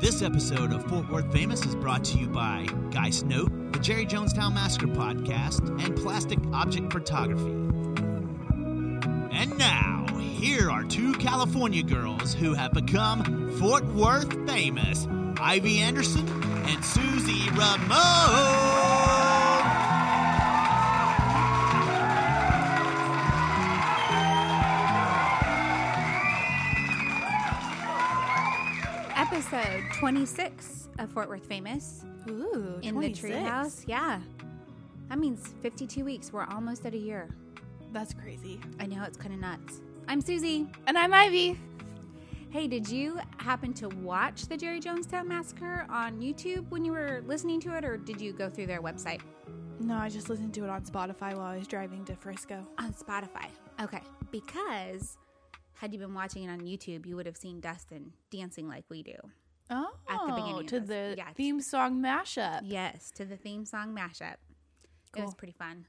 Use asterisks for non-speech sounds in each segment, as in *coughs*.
This episode of Fort Worth Famous is brought to you by Guy Snoat, the Jerry Jonestown Massacre Podcast, and Plastic Object Photography. And now, here are two California girls who have become Fort Worth famous Ivy Anderson and Susie Ramone. episode 26 of Fort Worth Famous Ooh, in the treehouse. Yeah. That means 52 weeks. We're almost at a year. That's crazy. I know it's kind of nuts. I'm Susie. And I'm Ivy. Hey, did you happen to watch the Jerry Jonestown Massacre on YouTube when you were listening to it, or did you go through their website No, I just listened to it on Spotify while I was driving to Frisco. on Spotify? Okay. Because had you been watching it on YouTube, you would have seen Dustin dancing like we do. Oh, beginning of to this. the Yeah. theme song mashup. Yes, to the theme song mashup. It Cool. was pretty fun.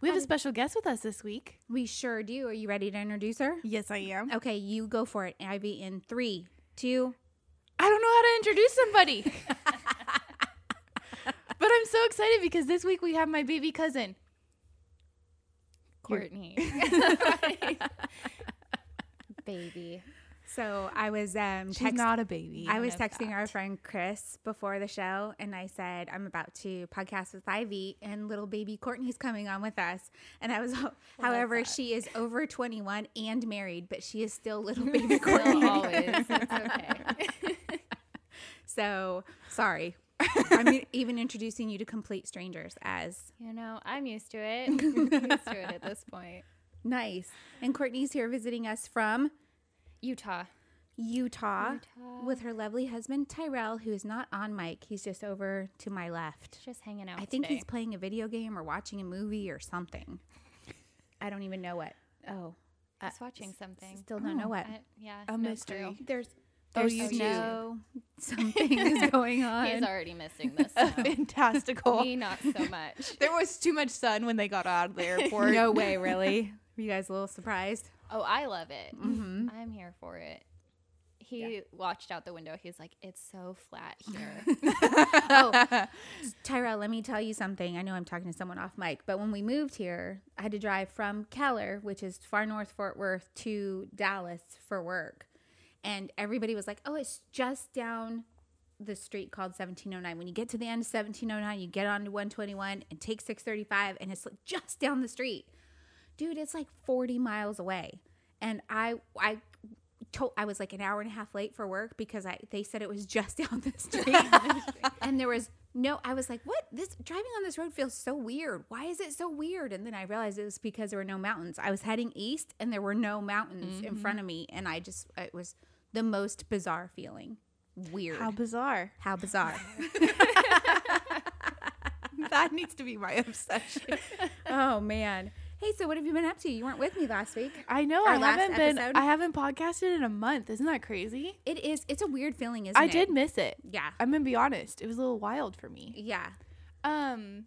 We have a special guest with us this week. We sure do. Are you ready to introduce her? Yes, I am. Okay, you go for it, Ivy, in three, two. I don't know how to introduce *laughs* somebody. but I'm so excited because this week we have my baby cousin, *laughs* Courtney. Baby. So I was um She's text- not a baby. I was know texting that. our friend Chris before the show and I said, I'm about to podcast with Ivy and little baby Courtney's coming on with us. And I was *laughs* however, she is over twenty one and married, but she is still little baby Courtney. Well, always. It's okay. So sorry. *laughs* I'm e-, even introducing you to complete strangers as You know, I'm used to it. I'm *laughs* used to it at this point. nice. And Courtney's here visiting us from Utah. Utah, Utah. with her lovely husband Tyrell, who is not on mic. He's just over to my left. Just hanging out. I think Oh, today. he's playing a video game or watching a movie or something. I don't even know what. Oh, He's watching something. still don't know what. I- yeah. A no mystery. *laughs* clue. there's Oh, there's you do. snow. *laughs* Something is going on. He's already *laughs* missing this. *laughs* Now. Fantastical. Me, not so much. there was too much sun when they got out of *laughs* the airport. no way, really. Were you guys a little surprised? Oh, I love it. Mm-hmm. I'm here for it. He watched out the window. He was like, "It's so *laughs* flat here." oh, Tyrell, let me tell you something. I know I'm talking to someone off mic, but when we moved here, I had to drive from Keller, which is far north Fort Worth, to Dallas for work. And everybody was like, oh, it's just down the street called 1709. When you get to the end of 1709, you get onto 121 and take 635, and it's like just down the street. Dude, it's like 40 miles away. And I, I, told I was like an hour and a half late for work because I they said it was just *laughs* down the street. and there was no I was like, "What? This driving on this road feels so weird. Why is it so weird?" And then I realized it was because there were no mountains. I was heading east and there were no mountains in front of me and I just it was the most bizarre feeling. Weird. How How, bizarre. *laughs* bizarre. that needs to be my obsession. oh man. Hey, so what have you been up to? You weren't with me last week. I know Our I last haven't been episode? I haven't podcasted in a month. Isn't that crazy? It is it's a weird feeling, isn't I it? did miss it. Yeah. I'm gonna be honest. It was a little wild for me. Yeah. Um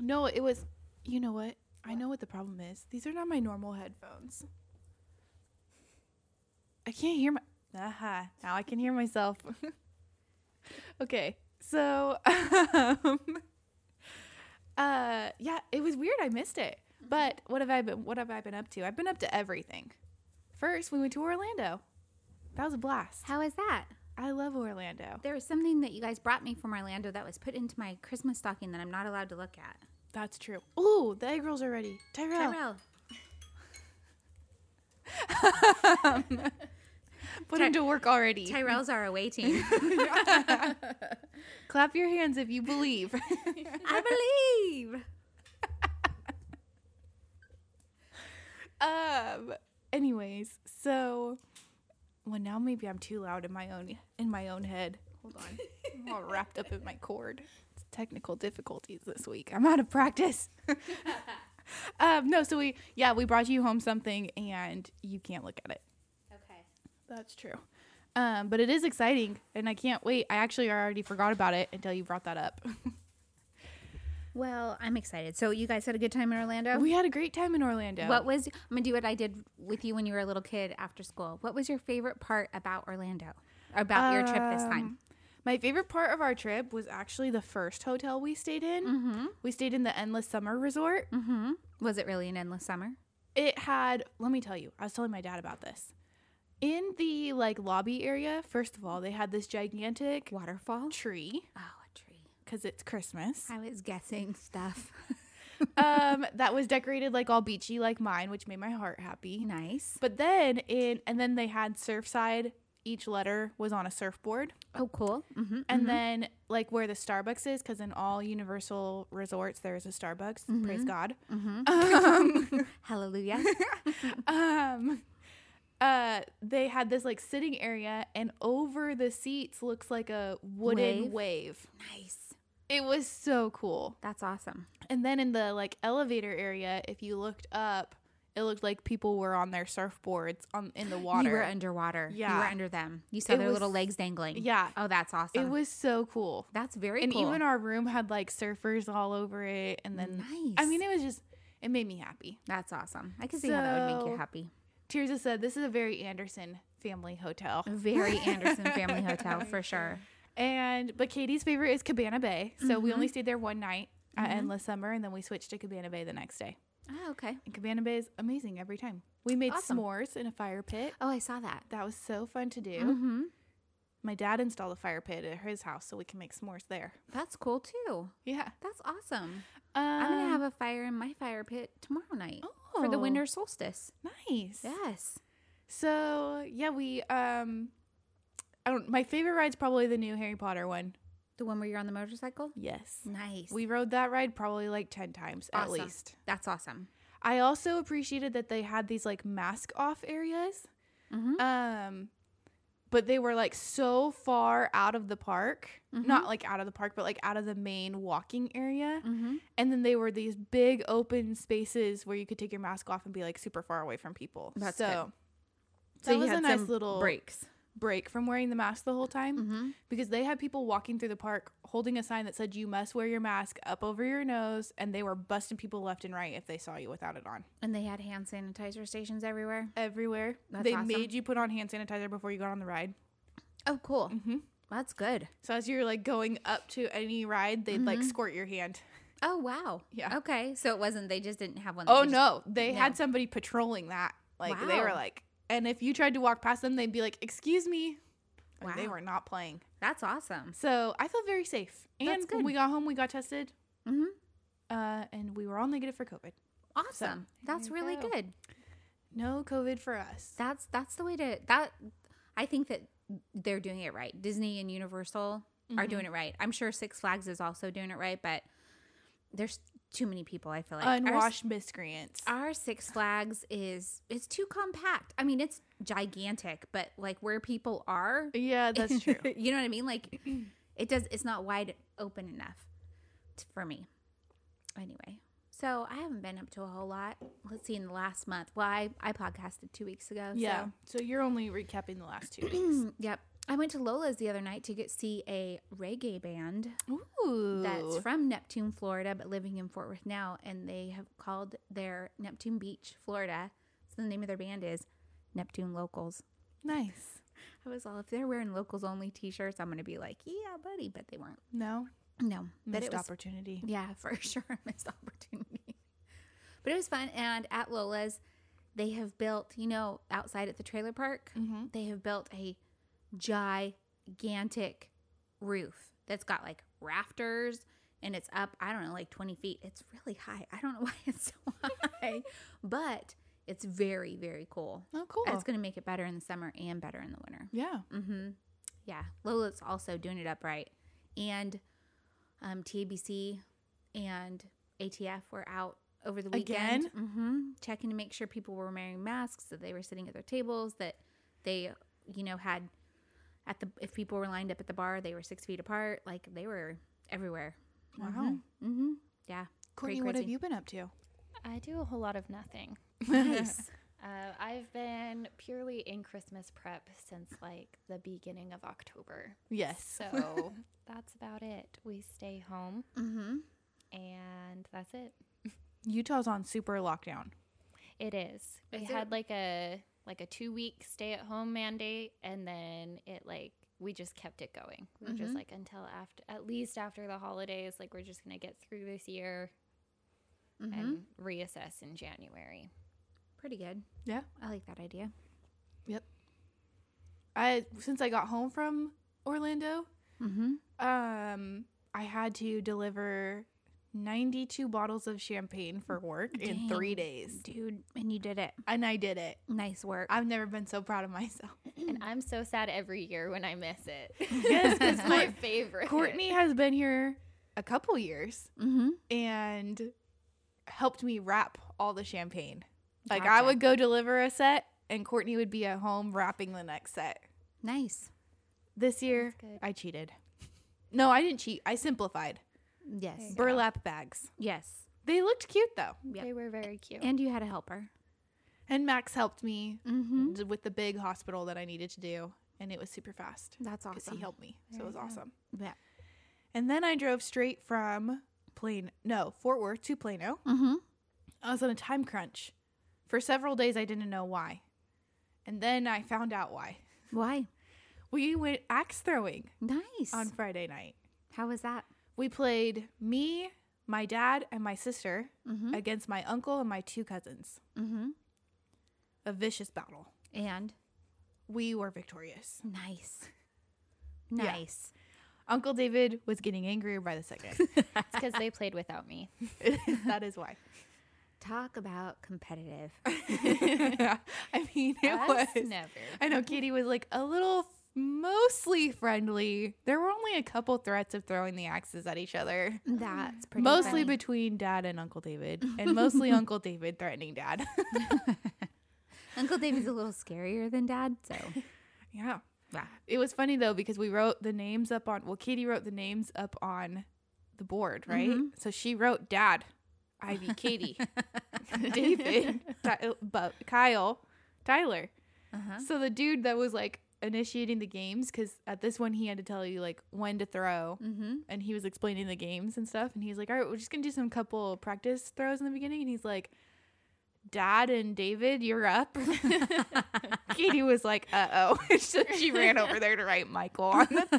no, it was you know what? I know what the problem is. These are not my normal headphones. I can't hear my uh-huh. now I can hear myself. *laughs* okay. So *laughs* um uh yeah, it was weird I missed it. But what have I been what have I been up to? I've been up to everything. First, we went to Orlando. That was a blast. How is that? I love Orlando. There was something that you guys brought me from Orlando that was put into my Christmas stocking that I'm not allowed to look at. That's true. Ooh, the egg rolls are ready. Tyrell, Tyrell, put him to work already. Tyrell's our away team. Clap your hands if you believe. *laughs* *laughs* I believe. um. Anyways, so well now maybe I'm too loud in my own in my own head. Hold on, I'm all wrapped up in my cord. It's technical difficulties this week. I'm out of practice. *laughs* um. No. So we yeah we brought you home something and you can't look at it. Okay. That's true. Um, but it is exciting, and I can't wait. I actually already forgot about it until you brought that up. Well, I'm excited. So you guys had a good time in Orlando. we had a great time in Orlando. what was I'm gonna do what I did with you when Um, you were a little kid after school. What was your favorite part about Orlando? About your trip this time? My favorite part of our trip was actually the first hotel we stayed in. We stayed in the Endless Summer Resort. Mm-hmm. Was it really an endless summer? It had, let me tell you, I was telling my dad about this. In the like lobby area, first of all, they had this gigantic Waterfall? tree Oh, a tree. because *laughs* it's Christmas. I was guessing stuff. *laughs* um, that was decorated like all beachy, like mine, which made my heart happy. nice. But then in, and then they had Surfside. Each letter was on a surfboard. Oh, cool. Mm-hmm. and then like where the Starbucks is, because in all Universal resorts there is a Starbucks. Praise Mm-hmm. God. *laughs* Hallelujah. Um, *laughs* uh, they had this like sitting area, and over the seats looks like a wooden Wave. wave. nice. It was so cool. That's awesome. And then in the like elevator area, if you looked up, it looked like people were on their surfboards on in the water. You were underwater. You were Yeah. under them. You saw It their was- little legs dangling. yeah. Oh, that's awesome. it was so cool. That's very and cool. even our room had like surfers all over it. And then I Nice. mean, it was just it made me happy. that's awesome. I can see how that would make So- you happy. Tirza said, This is a very Anderson family hotel. A Very *laughs* Anderson family hotel for sure. And but Katie's favorite is Cabana Bay. So we Mm-hmm. only stayed there one night at Endless Summer and then we switched to Cabana Bay the next day. Oh, okay. And Cabana Bay is amazing every time. We made Awesome. s'mores in a fire pit. Oh, I saw that. That was so fun to do. Mm-hmm. My dad installed a fire pit at his house so we can make s'mores there. That's cool too. Yeah. That's awesome. Um, I'm gonna have a fire in my fire pit tomorrow night for the Oh. winter solstice. nice. Yes. So yeah, we um I don't my favorite ride's probably the new Harry Potter one. The one where you're on the motorcycle. Yes. Nice. We rode that ride probably like ten times Awesome. at least. That's awesome. I also appreciated that they had these like mask off areas. Mhm. Um but they were like so far out of the park. Not like out of the park, but like out of the main walking area. Mm-hmm. And then they were these big open spaces where you could take your mask off and be like super far away from people. That's so So that you was had a nice some little breaks. break from wearing the mask the whole time Mm-hmm. because they had people walking through the park holding a sign that said you must wear your mask up over your nose and they were busting people left and right if they saw you without it on. And they had hand sanitizer stations everywhere. everywhere. That's they awesome. made you put on hand sanitizer before you got on the ride. Oh, cool. Mm-hmm. That's good. So as you're like going up to any ride, they'd like squirt your hand. Oh wow. Yeah. Okay. So it wasn't they just didn't have one. that *laughs* Oh they just- no, they no. had somebody patrolling that. Like they were Wow. like, and if you tried to walk past them, they'd be like, "Excuse me." Like, They Wow. were not playing. That's awesome. So I felt very safe. And That's when good. we got home, we got tested, Mm-hmm. uh, and we were all negative for COVID. Awesome. that's you really go. good. No COVID for us. That's that's the way to that. I think that they're doing it right. Disney and Universal are doing it right. I'm sure Six Flags is also doing it right, but there's too many people. I feel like Our- Unwashed miscreants. our Six Flags is it's too compact. I mean, it's gigantic, but like where people are, yeah, that's true. you know what I mean? Like it does it's not wide open enough t- for me. Anyway. So I haven't been up to a whole lot. Let's see in the last month. Well, I, I podcasted two weeks ago. *laughs* yeah. So So you're only recapping the last *clears throat* two weeks. Mm, yep. I went to Lola's the other night to get see a reggae band Ooh. that's from Neptune, Florida, but living in Fort Worth now, and they have called their Neptune Beach, Florida. So the name of their band is Neptune Locals. nice. I was all if they're wearing locals only t shirts, I'm gonna be like, Yeah, buddy, but they weren't. No, No. but missed it was opportunity. Yeah, *laughs* for sure. I missed opportunity. But it was fun. And at Lola's, they have built, you know, outside at the trailer park, Mm-hmm. they have built a gigantic roof that's got like rafters and it's up, I don't know, like 20 feet. It's really high. I don't know *laughs* why it's so high, but it's very, very cool. Oh, cool. That's going to make it better in the summer and better in the winter. yeah. Mm-hmm. Yeah. Lola's also doing it upright. And um, TABC and ATF were out over the weekend. Again? Mm-hmm. Checking to make sure people were wearing masks, that they were sitting at their tables, that they, you know, had at the, if people were lined up at the bar, they were six feet apart. Like they were everywhere. Wow. Mm-hmm. Yeah. Courtney, Pretty what have crazy. you been up to? I do a whole lot *laughs* of nothing. Nice. *laughs* Uh, I've been purely in Christmas prep since like the beginning of October. Yes. *laughs* So that's about it. We stay home mm-hmm. and that's it. Utah's on super lockdown. It is. We Is had it- like a like a 2 week stay at home mandate and then it like we just kept it going. We were just like until after, at least after the holidays, like we're just gonna get through this year and reassess in January. Pretty good. Yeah. I like that idea. Yep. I since I got home from Orlando, Mm-hmm. um, I had to deliver 92 bottles of champagne for work in Dang. 3 days. Dude, and you did it. And I did it. Nice work. I've never been so proud of myself. And I'm so sad every year when I miss it. *laughs* *laughs* Yes, *laughs* 'cause it's my favorite. Courtney has been here a couple years mm-hmm. and helped me wrap all the champagne. Like I Gotcha. would go deliver a set and Courtney would be at home wrapping the next set. Nice. This year good. I cheated. No, I didn't cheat. I simplified. Yes. Burlap bags. Yes. They looked cute though. Yep. They were very cute. And you had a helper. And Max helped me Mm-hmm. d- with the big hospital that I needed to do and it was super fast That's because awesome. he helped me. So it was awesome. Yeah. And then I drove straight from Plano, no, Fort Worth to Plano. Mm-hmm. I was on a time crunch. For several days, I didn't know why. And then I found out why. Why? We went axe throwing Nice. on Friday night. How was that? We played me, my dad, and my sister against my uncle and my two cousins. Mm-hmm. A vicious battle. And We were victorious. nice. Nice. Uncle David was getting angrier by the second. *laughs* *laughs* It's because they played without me. that is why. *laughs* Talk about *laughs* competitive. I mean, it Us? was. never. I know Katie was like a little f- mostly friendly. There were only a couple threats of throwing the axes at each other. That's pretty mostly funny. between dad and Uncle David, *laughs* and mostly Uncle David threatening dad. *laughs* Uncle David's a little scarier than Dad, *laughs* so yeah. It was funny though because we wrote the names up on well, Katie wrote the names up on the board, right? So she wrote dad, Ivy, Katie, David, Ty- Bu- Kyle, Tyler. So the dude that was like initiating the games because at this one he had to tell you like when to throw and he was explaining the games and stuff and he's like all right we're just gonna do some couple practice throws in the beginning and he's like dad and david you're up *laughs* katie was like uh-oh *laughs* so she ran over there to write michael on the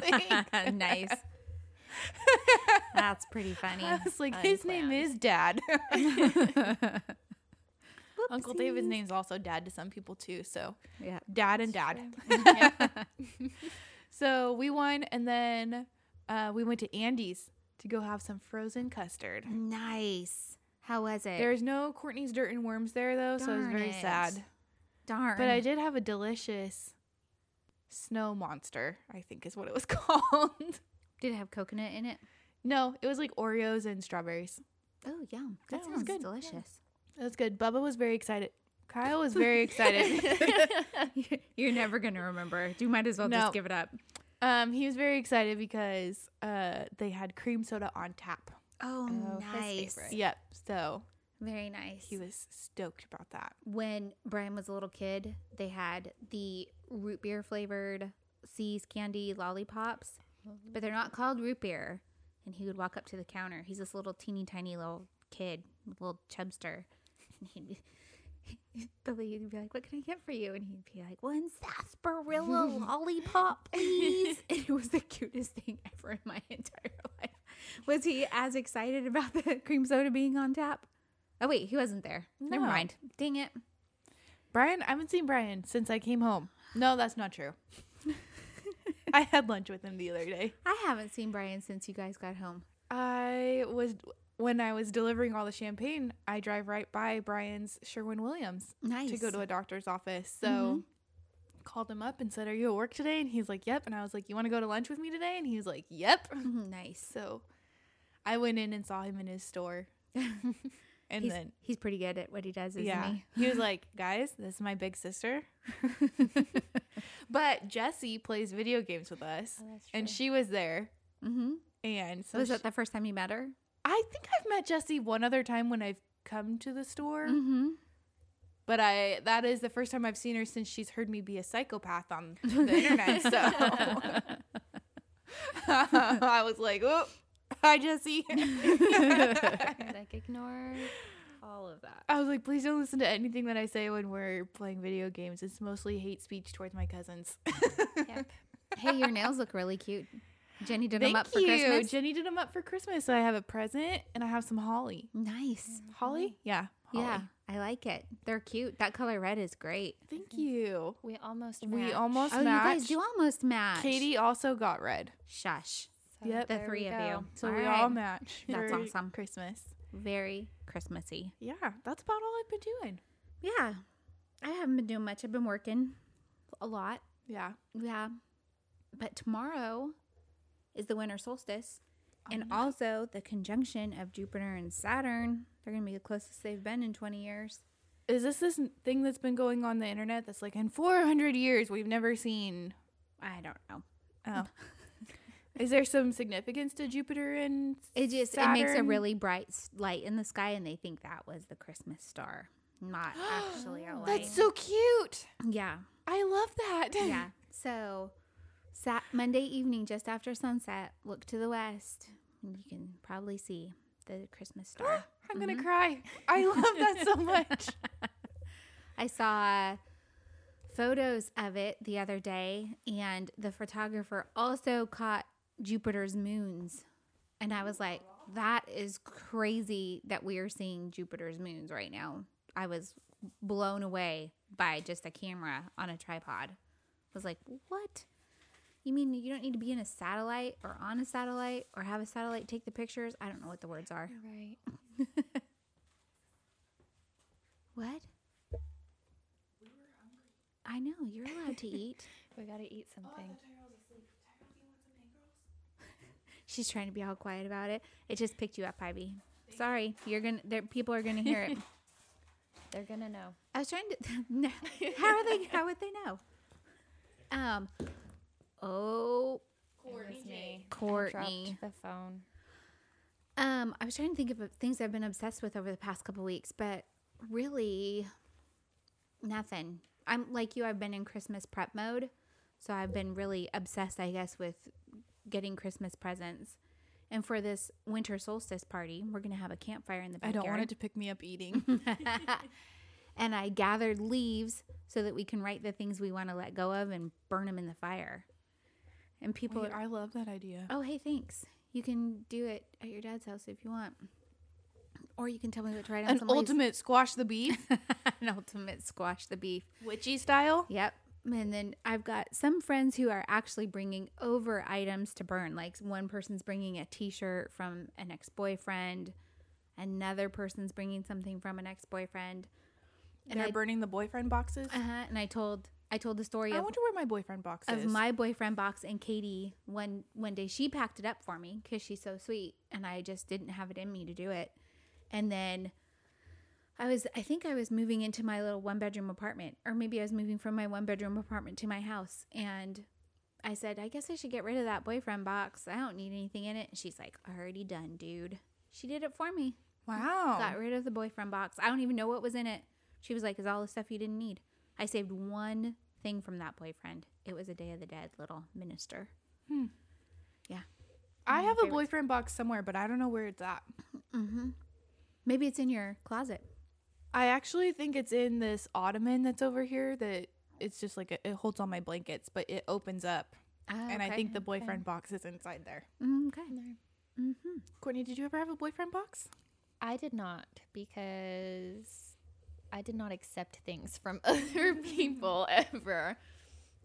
*laughs* thing nice. Mm-hmm. That's pretty *laughs* funny. i was like his name is dad uncle david's name's also dad to some people too so Yeah. dad and dad. *laughs* so we won, and then uh, we went to Andy's to go have some frozen custard. Nice. How was it? There's no Courtney's Dirt and Worms there though, so I was Darn very it. sad. Darn. But I did have a delicious snow monster, I think is what it was *laughs* called. did it have coconut in it. no, it was like Oreos and strawberries. Oh yeah, that Yeah, it was sounds good. delicious. It was good. Bubba was very excited. Kyle was *laughs* very excited. *laughs* *laughs* You're never gonna remember. You might as well just just No. give give it up. um, he was very excited because uh, they had cream soda on tap. Oh, his nice. favorite. Yep. So Very nice. he was stoked about that. when Brian was a little kid, they had the root beer flavored C's candy lollipops, but they're not called root beer. And he would walk up to the counter. He's this little teeny tiny little kid, little chubster. And he'd be, *laughs* the lady would be like, "What can I get for you?" And he'd be like, "One sarsaparilla *laughs* lollipop, please." and it was the cutest thing ever in my entire *laughs* life. Was he as excited about the cream soda being on tap? Oh wait, he wasn't there. Never No. mind. Dang it. Brian, I haven't seen Brian since I came home. No, that's *laughs* not true. I had lunch with him the other day. I haven't seen Brian since you guys got home. *laughs* I was when I was delivering all the champagne, I drive right by Brian's Sherwin Williams Nice. Mm-hmm. to go to a doctor's office. So called him up and said, "Are you at work today?" And he's like, "Yep." And I was like, "You want to go to lunch with me today?" And he's like, "Yep." *laughs* nice. So I went in and saw him in *laughs* his store. and He's, then he's pretty good at what he does, isn't yeah. he? He was like, guys, this is my *laughs* big sister. but Jesse plays video games with us. Oh, that's and she was there. Mm-hmm. And so was she- that the first time you met her? I think I've met Jesse one other time when I've come to the store. Mm-hmm. But I that is the first time I've seen her since she's heard me be a *laughs* psychopath on the internet. So *laughs* I was like, oh, hi, Jesse. *laughs* like ignore all of that. I was like, please don't listen to anything that I say when we're playing video games. It's mostly hate speech towards my cousins. Yep. hey, your nails look really cute. Jenny did Thank them up for you. Christmas. Jenny did them up for Christmas. So I have a present and I have some holly. nice. Holly? Yeah. Holly. Mm-hmm. Yeah, I like it. They're cute. That color red is great. Thank you. We almost We matched. almost oh, matched. you guys do almost match. Katie also got red. Shush. So Yep. The there three we of go. you. So All we right. all match. That's for awesome. Christmas. Very Christmassy. Yeah, that's about all I've been doing. Yeah. I haven't been doing much. I've been working a lot. Yeah. Yeah. But tomorrow is the winter solstice and also the conjunction of Jupiter and Saturn. They're going to be the closest they've been in 20 years. Is this this thing that's been going on the internet that's like in 400 years we've never seen? I don't know. Oh. Is there some significance to Jupiter and It just it makes a Saturn? really bright s- light in the sky and they think that was the Christmas star, not actually a light. That's so cute. yeah. I love that. Yeah. So Sat Monday evening just after sunset, look to the west and you can probably see the Christmas star. *laughs* *gasps* I'm going Mm-hmm. to cry. I love *laughs* that so much. I saw photos of it the other day, and the photographer also caught Jupiter's moons. And I was like, that is crazy that we are seeing Jupiter's moons right now. I was blown away by just a camera on a tripod. I was like, what? You mean you don't need to be in a satellite or on a satellite or have a satellite take the pictures? I don't know what the words are. Right. What? I know you're allowed to eat. We got to eat something. She's trying to be all quiet about it. It just picked you up, Ivy. Sorry, you're gonna. There, people are gonna *laughs* hear it. They're going to know. I was trying to. *laughs* No, how are they? How would they know? Um. Oh, Courtney. me. I Courtney. dropped the phone. Um, I was trying to think of things I've been obsessed with over the past couple weeks, but really, nothing. I'm like you. I've been in Christmas prep mode, so I've been really obsessed, I guess, with getting Christmas presents. And for this winter solstice party, we're gonna have a campfire in the I backyard. don't want it to pick me *laughs* up eating. and I gathered leaves so that we can write the things we want to let go of and burn them in the fire. And people, Wait, are, I love that idea. oh hey, thanks. You can do it at your dad's house if you want, or you can tell me what to write on An some leaves. ultimate squash the beef, *laughs* an ultimate squash the beef. witchy style. Yep. And then I've got some friends who are actually bringing over items to burn. Like one person's bringing a T-shirt from an ex-boyfriend, another person's bringing something from an ex-boyfriend. They're I- burning the boyfriend boxes. Uh-huh. And I told I told the story I of, wonder where my boyfriend box of is. my boyfriend box and Katie one one day she packed it up for me because she's so sweet and I just didn't have it in me to do it. And then I was I think I was moving into my little one bedroom apartment or maybe I was moving from my one bedroom apartment to my house and I said, I guess I should get rid of that boyfriend box. I don't need anything in it. And she's like, already done, dude. She did it for me. wow. Got rid of the boyfriend box. I don't even know what was in it. She was like, "Is all the stuff you didn't need?" I saved one thing from that boyfriend. It was a Day of the Dead little minister. Hmm. I have a boyfriend box somewhere, but I don't know where it's at. Maybe it's in your closet. I actually think it's in this ottoman that's over here that it's just like a, it holds all my blankets, but it opens up, Ah, and I okay. think the boyfriend box is inside there. Mm, okay. Courtney, did you ever have a boyfriend box? I did not because I did not accept things from *laughs* *laughs* other people ever.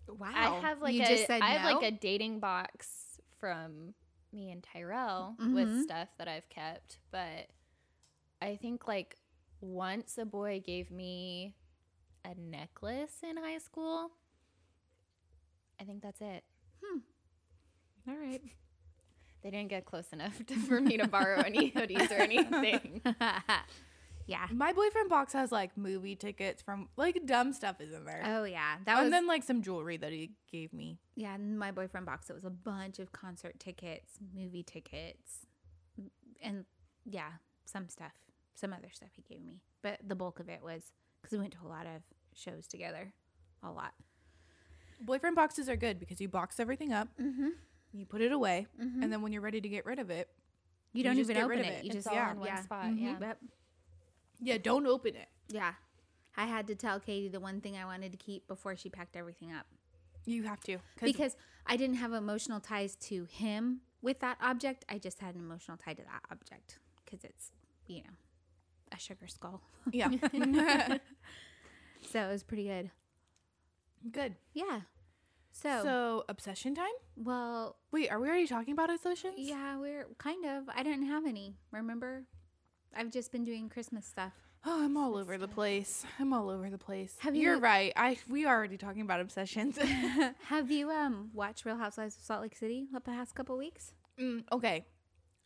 Wow. I have like you a just said I have no? like a dating box from me and Tyrell Mm-hmm. with stuff that I've kept, but I think like once a boy gave me a necklace in high school. I think that's it. All right. They didn't get close enough *laughs* to, for me to borrow *laughs* any hoodies or anything. *laughs* yeah. My boyfriend box has like movie tickets from like dumb stuff is in there, Oh yeah. That was and then like some jewelry that he gave me. yeah. In my boyfriend box, it was a bunch of concert tickets, movie tickets, and yeah, some stuff, some other stuff he gave me. But the bulk of it was because we went to a lot of shows together, a lot. Boyfriend boxes are good because you box everything up, Mm-hmm. you put it away, and then when you're ready to get rid of it, You don't just even get open rid it. of it. You It's just all yeah, in one yeah. Mm-hmm. spot, yeah. Yep. yeah, don't open it. Yeah. I had to tell Katie the one thing I wanted to keep before she packed everything up. You have to *laughs* because I didn't have emotional ties to him with that object. I just had an emotional tie to that object because it's, you know, a sugar skull. yeah, so it was pretty good. *laughs* good. Yeah. So, So, obsession time. well, Wait, are we already talking about obsessions? yeah, we're kind of. I didn't have any. Remember, I've just been doing Christmas stuff. Oh, *gasps* I'm all over the place. I'm all over the place. Have You're you- right. I we are already talking about obsessions. *laughs* Mm, Have you um watched Real Housewives of Salt Lake City the past couple weeks? Mm, okay.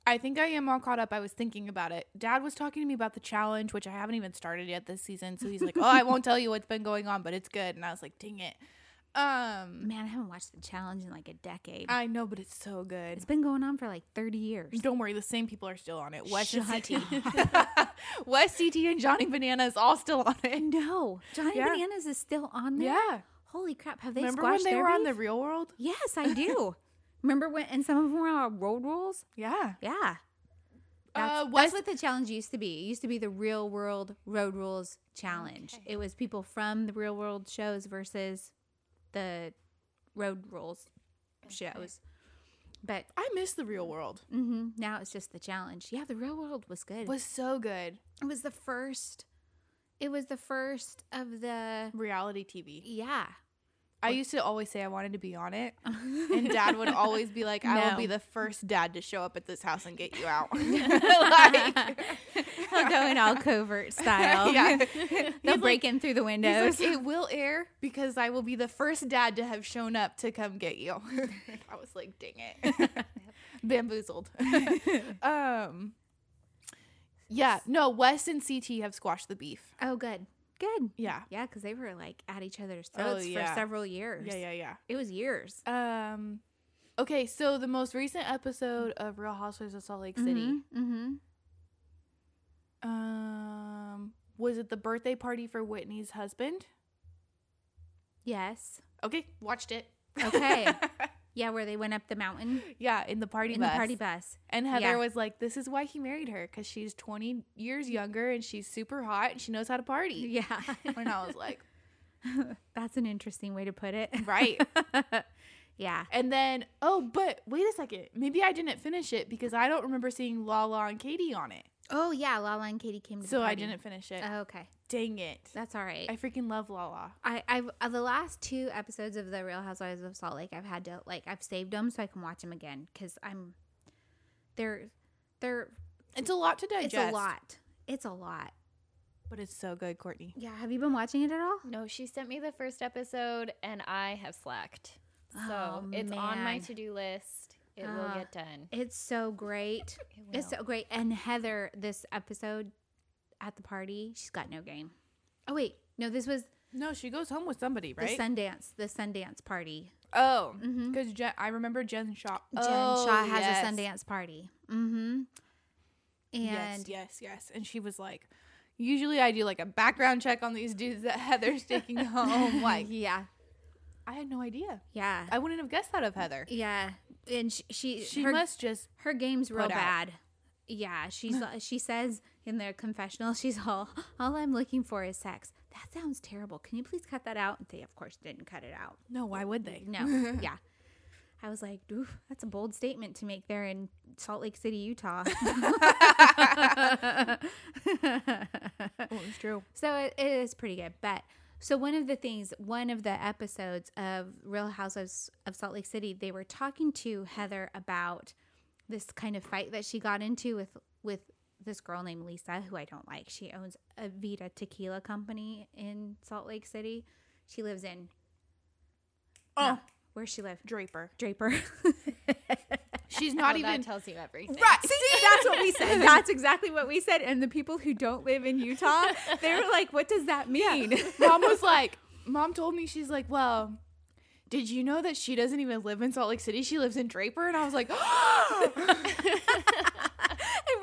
I think I am all caught up. I was thinking about it. Dad was talking to me about the challenge, which I haven't even started yet this season. So he's like, "Oh, I won't tell you what's been going on, but it's good." And I was like, "Dang it." Um, Man, I haven't watched the challenge in like a decade. I know, but it's so good. it's been going on for like 30 years. Don't worry, the same people are still on it. Wes and Shut CT. *laughs* Wes CT and Johnny Bananas all still on it. No, Johnny Yeah. Bananas is still on there. Yeah. Holy crap! Have they Remember when squashed they their were on the beef? Real World? Yes, I *laughs* do. Remember when? And some of them were on road rules. Yeah. Yeah. That's, Uh, that's Wes what the challenge used to be. It used to be the real world road rules challenge. It was people from the real world shows versus the road rules shows. But I miss the Real World. hmm now it's just the challenge. Yeah, the real world was good. It was so good. it was the first. It was the first of the Reality TV. *laughs* yeah. I used to always say I wanted to be *laughs* on it, and Dad would always be like, "I will No. be the first dad to show up at this house and get *laughs* you out." like, I'll go in all covert *laughs* style. *laughs* yeah, They'll break in through the windows. He's like, it will air because I will be the first dad to have shown up to come get you. *laughs* I was like, dang *laughs* it. *laughs* Bamboozled. *laughs* um, yeah, no, Wes and CT have squashed the beef. oh, good, good. Yeah. Yeah, because they were like at each other's Oh, throats yeah. for several years. yeah. It was years. Um, okay, so the most recent episode of Real Housewives of Salt Lake City. Mm-hmm. Um, was it the birthday party for Whitney's husband? Yes. Okay, watched it. Okay. yeah, where they went up the mountain *laughs* yeah, in the party in bus. the party bus. And Heather Yeah. was like, "This is why he married her because she's 20 years younger and she's super hot and she knows how to party." Yeah. *laughs* *laughs* And I was like, That's an interesting way to put it. "Right." *laughs* yeah. and then, oh, but wait a second. Maybe I didn't finish it because I don't remember seeing Lala and Katie on it, Oh yeah, Lala and Katie came to the so I party. didn't finish it. Oh, okay, Dang it! that's all right. I freaking love Lala. I, I've uh, the last two episodes of the Real Housewives of Salt Lake. I've had to like I've saved them so I can watch them again because I'm they're they're It's a lot to it's a digest. lot. It's a lot. but it's so good, Courtney. Yeah. Have you been watching it at all? *laughs* No, she sent me the first episode and I have slacked. So Oh, it's on my man. to do list. It will Ah. get done. *laughs* It's so *laughs* great. It will. It's so great. And Heather, this episode at the party, she's got no game. Oh wait, no, this was No, she goes home with somebody, right? the Sundance, the Sundance party. Oh, because Jen, I remember Jen Shaw. Jen oh, Shaw has yes. a Sundance party. Mm-hmm. And Yes, yes, yes. And she was like, usually I do like a background check on these dudes that *laughs* Heather's taking home. Like, yeah, I had no idea. yeah, I wouldn't have guessed that of Heather. yeah. And she, she, She her, must just. her game's real put out. bad. Yeah, *laughs* she's uh, she says in the confessional, she's all all I'm looking for is sex. That sounds terrible. Can you please cut that out? And they of course didn't cut it out. No, why would they? *laughs* No, yeah. I was like, Oof, that's a bold statement to make there in Salt Lake City, *laughs* Utah. *laughs* Oh, it's true. So it, it is pretty good. But so one of the things, one of the episodes of Real Housewives of Salt Lake City, they were talking to Heather about this kind of fight that she got into with with this girl named Lisa, who I don't like. She owns a Vita Tequila Company in Salt Lake City. She lives in Oh, where she live? Draper. *laughs* Draper. She's not Oh, even. that tells you everything. Right. See, that's what we *laughs* said. That's exactly what we said. And the people who don't live in Utah, they were like, what does that *laughs* mean? *laughs* Mom was like, Mom told me, she's like, well, did you know that she doesn't even live in Salt Lake City? She lives in Draper. And I was like, *gasps* and we're,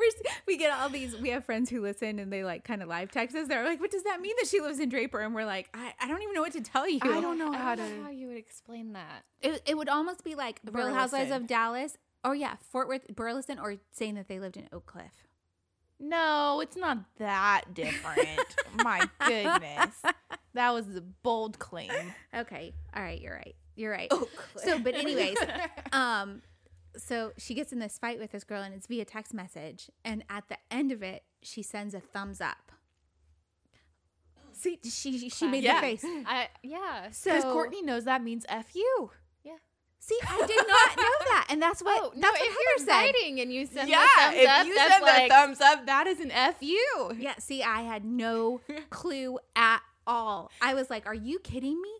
s- we get all these we have friends who listen and they like kind of live text us they're like what does that mean that she lives in draper and we're like i, I don't even know what to tell you I don't know I how don't know to. how you would explain that. it, it would almost be like real housewives Burleson. of dallas or yeah fort worth burleson or saying that they lived in oak cliff No, it's not that different. My goodness. That was a bold claim. okay all right you're right You're right. *laughs* so, but anyways, um, so she gets in this fight with this girl, and it's via text message. And at the end of it, she sends a thumbs up. See, she she, she made Yeah. the face. I yeah. So knows that means F you. *laughs* See, I did not know that, and that's what Oh, no, that's if what you're Peter said. writing and you send yeah, the thumbs if up, you that's send like the thumbs up, that is an F you. Yeah, see, I had *laughs* no clue at all. I was like, "Are you kidding me?"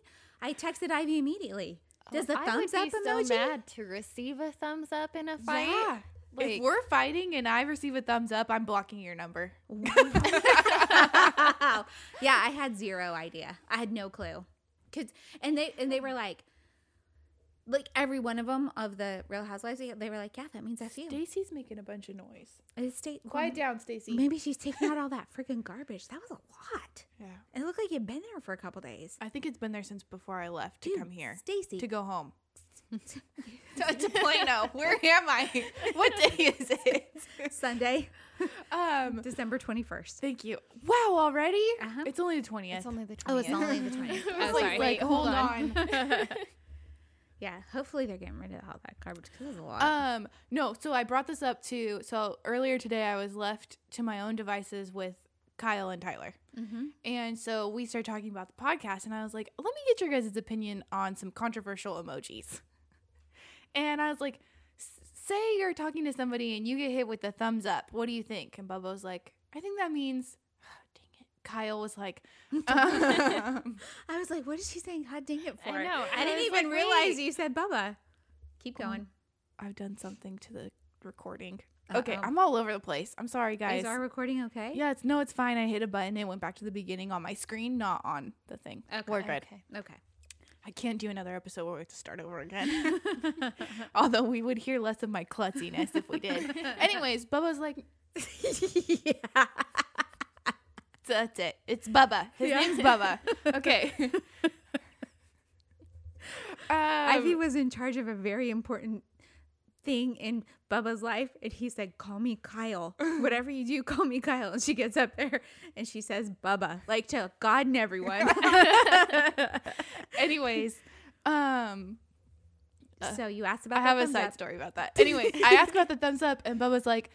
I texted Ivy immediately. Does the Oh, I thumbs would up be emoji? so mad to receive a thumbs up in a fight. Yeah. Like- if we're fighting and I receive a thumbs up, I'm blocking your number. wow. *laughs* Yeah, I had zero idea. I had no clue. Cause and they and they were like, like every one of them of the Real Housewives, they they were like, yeah, that means that's you. Stacy's making a bunch of noise. It's state Quiet down, Stacy. Maybe she's taking out all that freaking garbage. That was a lot. Yeah. It looked like you'd been there for a couple days. I think it's been there since before I left to Dude, come here. Stacy. *laughs* To go home. to, to Plano. Where am I? What day is it? Sunday, Um December twenty first. Thank you. Wow, already? Uh-huh. It's only the 20th. It's only the 20th. Oh, it's only *laughs* the twenty. I I was was sorry. like, wait, hold on. Yeah, hopefully they're getting rid of all that garbage because it's a lot. Um, no, so I brought this up to so earlier today I was left to my own devices with Kyle and Tyler. And so we started talking about the podcast and I was like, let me get your guys' opinion on some controversial emojis. *laughs* And I was like, "S- say you're talking to somebody and you get hit with the thumbs up. What do you think? And Bubba was like, I think that means *sighs* dang it. Kyle was like, um, *laughs* I was like, what is she saying? Hot dang it for? I know. I, I didn't was even like, realize wait. you said Bubba. Keep Um, going. I've done something to the recording. Okay, Uh-oh. I'm all over the place. I'm sorry, guys. Is our recording okay? Yeah, it's no, it's fine. I hit a button. It went back to the beginning on my screen, not on the thing. Okay. We're good. Okay. I can't do another episode where we have to start over again. *laughs* Although we would hear less of my klutziness if we did. *laughs* Anyways, Bubba's like, *laughs* yeah. that's it. It's Bubba. His Yeah. *laughs* name's Bubba. Okay. um, Ivy Um, was in charge of a very important thing in Bubba's life, and he said, "Call me Kyle. *laughs* Whatever you do, call me Kyle." And she gets up there and she says, "Bubba," like to God and everyone. *laughs* anyways, um, *laughs* so you asked about. I that have a thumbs side up. story about that. *laughs* Anyway, I asked about the thumbs up, and Bubba's like,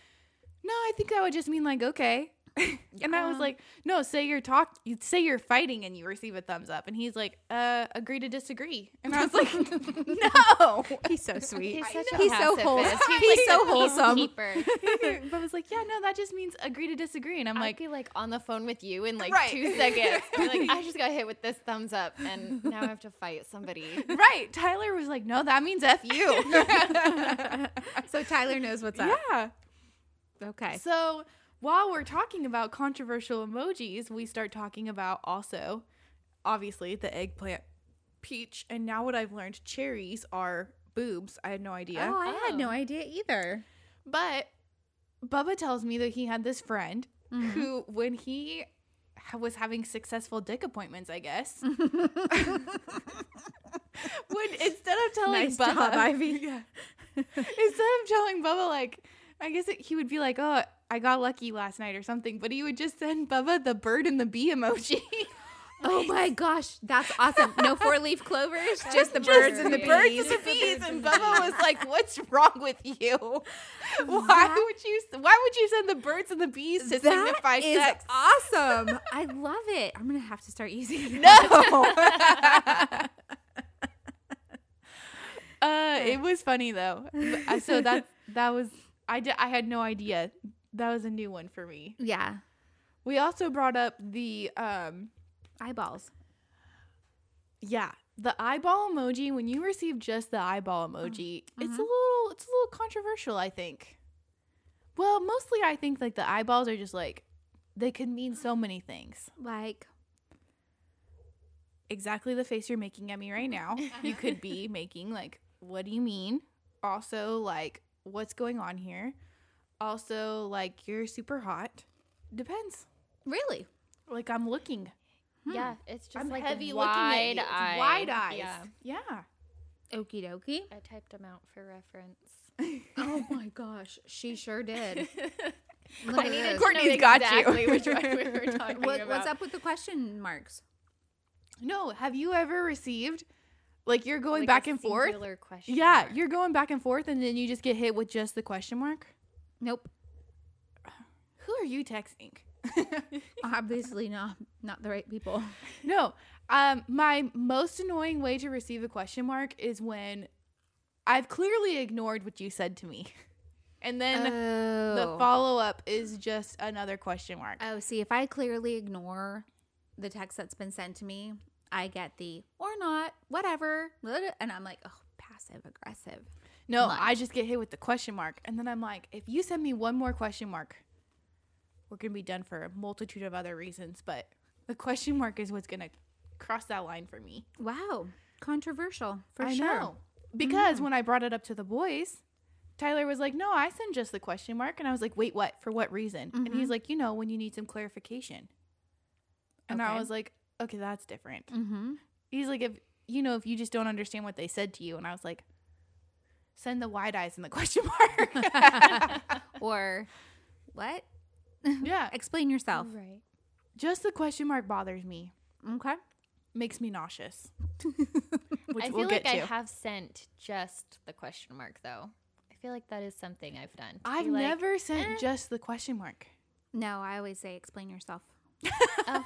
"No, I think that would just mean like okay." *laughs* and I was like, "No, say you're talk, you say you're fighting, and you receive a thumbs up." And he's like, "Uh, agree to disagree." And I *laughs* was like, *laughs* "No." Oh, He's so sweet. *laughs* He's, such a He's so pacifist. wholesome. He's, He's like so a wholesome. peacekeeper. Bubba's like, "Yeah, no, that just means agree to disagree." And I'm I'd like, be like on the phone with you in like Right. two *laughs* seconds. Be like I just got hit with this thumbs up, and now I have to fight somebody. "Right." Tyler was like, "No, that means f *laughs* you." *laughs* so Tyler knows what's up. yeah. Okay. So while we're talking about controversial emojis, we start talking about also, obviously, the eggplant, peach, and now what I've learned cherries are boobs. I had no idea. Oh, I had Oh. no idea either. But Bubba tells me that he had this friend Mm-hmm. who, when he ha- was having successful dick appointments, I guess. *laughs* when instead of telling nice Bubba, job, *laughs* Ivy. Instead of telling Bubba, like, I guess it, he would be like, oh, I got lucky last night or something, but he would just send Bubba the bird and the *laughs* bee emoji. Oh my *laughs* gosh, that's awesome! No four leaf clovers, just the That's birds and the great. bees. and the bees. And Bubba was like, what's wrong with you? *laughs* Why would you why would you send the birds and the bees to signify That is sex? awesome. I love it. I'm gonna have to start using it. Uh, it was funny *laughs* though. Uh, So that that was I d- I had no idea. That was a new one for me. *laughs* Yeah, We also brought up the um eyeballs. Yeah. The eyeball emoji, when you receive just the eyeball emoji, it's a little it's a little controversial, I think. Well, mostly I think like the eyeballs are just like they could mean so many things. Like Exactly the face you're making at me right now. *laughs* You could be making like, what do you mean? Also like, what's going on here? Also like you're super hot. Depends. really? Like I'm looking. *laughs* *laughs* Yeah, it's just I'm like heavy wide looking at you. eyed. It's Wide eyes. Yeah, yeah. Okie dokie. I typed them out for reference. Oh my gosh, she sure *laughs* did. Look at this. Courtney's know got exactly you. Which one we *laughs* were talking What, about. what's up with the question marks? No, have you ever received Like you're going Like a back and forth. singular Question Yeah, mark. you're going back and forth, and then you just get hit with just the question mark. Nope. Who are you texting? *laughs* Obviously not not the right *laughs* people. no, um, my most annoying way to receive a question mark is when I've clearly ignored what you said to me, *laughs* and then the oh. follow up is just another question mark. oh, see if I clearly ignore the text that's been sent to me, I get the or not, whatever, blah, blah, and I'm like, oh, passive aggressive. No, Lunch. I just get hit with the question mark. And then I'm like, if you send me one more question mark, we're going to be done for a multitude of other reasons. But the question mark is what's going to cross that line for me. Wow, controversial for I sure. know. Because Mm. when I brought it up to the boys, Tyler was like, no, I send just the question mark. And I was like, wait, what? For what reason? And Mm-hmm. he's like, you know, when you need some clarification. And I Okay. was like, okay, that's different. Mm-hmm. He's like, if you know, if you just don't understand what they said to you, and I was like, send the wide eyes and the *laughs* question *laughs* mark. *laughs* Or what? yeah, Explain yourself. right. just the question mark bothers me, Okay. makes me nauseous. *laughs* Which I feel we'll like get I to. have sent just the question mark though. I feel like that is something I've done. to I've be like, never sent eh. just the question mark. No, I always say explain yourself. Oh,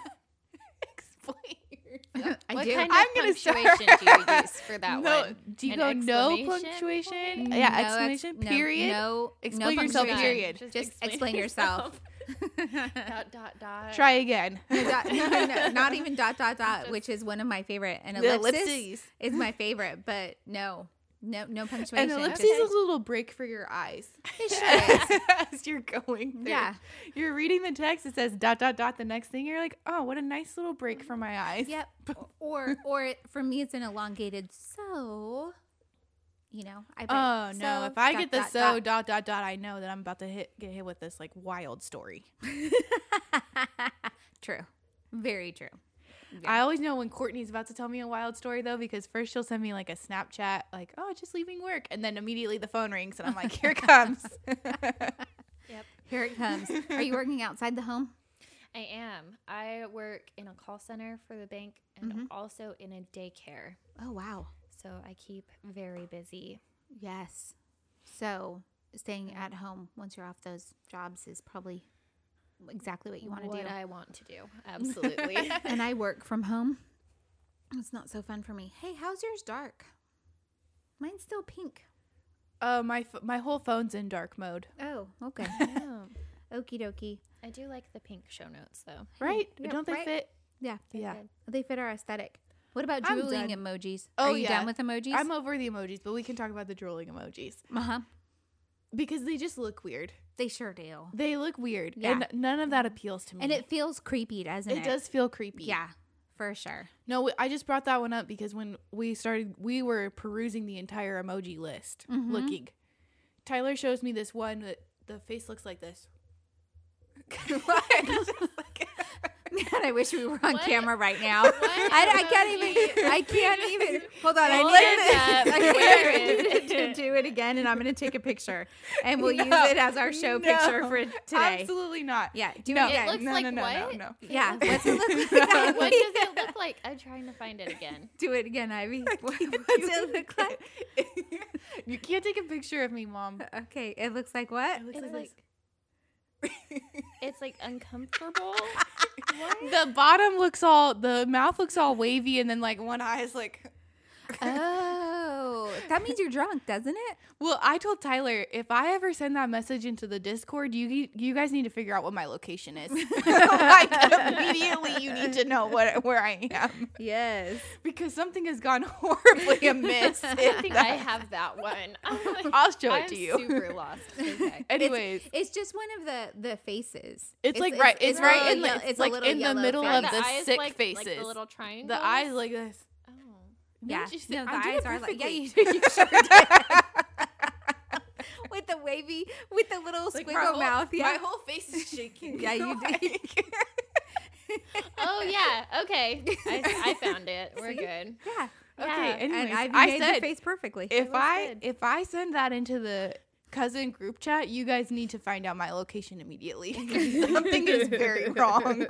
Explain. I what do. kind I'm of gonna *laughs* start- punctuation do you use for that no, one? do you An go no exclamation punctuation? point? Yeah, No ex- exclamation no- period. No, Explain no yourself, punctuation. period. Just *laughs* explain yourself. *laughs* dot dot dot. Try again. Dot- *laughs* no, no, *laughs* no, *laughs* not even dot dot dot, which is one of my favorite. And The ellipsis ellipses. is my favorite, but no, no, no punctuation. And ellipses Just- is a little break for your eyes It sure is. *laughs* as you're going. Through. Yeah. you're reading the text. It says dot dot dot. The next thing you're like, oh, what a nice little break for my eyes. *laughs* Yep. Or or it, for me, it's an elongated so. You know, I. bet. Oh no! So, if I dot, get the dot, so dot. dot. dot dot I know that I'm about to hit get hit with this like wild story. *laughs* true, very true. I always know when Courtney's about to tell me a wild story though, because first she'll send me like a Snapchat, like "Oh, just leaving work," and then immediately the phone rings, and I'm *laughs* like, "Here it comes." *laughs* Here it comes. Are you working outside the home? I am. I work in a call center for the bank and Mm-hmm. also in a daycare. *laughs* Oh wow. So I keep very busy. Yes. So staying at home once you're off those jobs is probably exactly what you want to what do. I want to *laughs* do. Absolutely. *laughs* and I work from home. It's not so fun for me. Hey, how's yours dark? Mine's still pink. Oh, my ph- my whole phone's in dark mode. Oh, *laughs* okay. Oh, Okie dokie. I do like the pink show notes though. Right? yeah, Don't they Hmm. right. fit? Yeah. yeah. good. They fit our aesthetic. What about I'm drooling done. emojis? Are Oh, you yeah. done with emojis? I'm over the emojis, but we can talk about the drooling emojis uh-huh. because they just look weird. They sure do. They look weird, Yeah. and none of that appeals to me. And it feels creepy, doesn't it? it does feel creepy. Yeah, for *laughs* sure. No, we- I just brought that one up because when we started, we were perusing the entire emoji list looking. Tyler shows me this one that the face looks like this. *laughs* *laughs* Man, I wish we were on camera *laughs* right now. I, I can't even. I can't *laughs* even. Hold on. *laughs* I Hold need, it to, up. Where *laughs* is I need to do it again, and I'm going to take a picture, and we'll use it as our show picture No. for today. Absolutely not. Yeah, do no. it again. It looks no, like no, no, what? no, no. Yeah. What's it look like? *laughs* what does Ivy? it look like? I'm trying to find it again. Do it again, *laughs* Ivy. What, what's it look like? you can't take a picture of me, mom. Okay, it looks like *laughs* what? It looks like, It's like it's like *laughs* uncomfortable. what? this. *laughs* The bottom looks all, the mouth looks all wavy, and then like one eye is like. Oh, that means you're drunk, doesn't it? Well, I told Tyler if I ever send that message into the Discord, you you guys need to figure out what my location is. *laughs* like immediately, you need to know what *laughs* where I am Yes. because something has gone *laughs* horribly amiss. I think I have that one. *laughs* I'm like, *laughs* I'll show it I'm to you. Super *laughs* lost. Okay. Anyways, It's, it's just one of the the faces. It's, like right. It's, a right little in the. ye- It's, a like little in the yellow middle face. of the eyes sick like, faces. Like the little the, triangle. eyes like this. Oh. Yeah. you said- No, the I did eyes it are like yeah, you, perfectly. you *laughs* *laughs* sure did. with the wavy, with the little Like, squiggle my whole- mouth. Yeah. My whole face is *laughs* shaking. yeah, you did. Oh yeah. Okay. *laughs* I, I found it. We're good. Yeah. okay. Yeah, and Anyways, And Ivy I made said the face perfectly. if looks I good. if I send that into the cousin group chat, *laughs* you *laughs* guys need to find out my location immediately. 'cause Something is very wrong.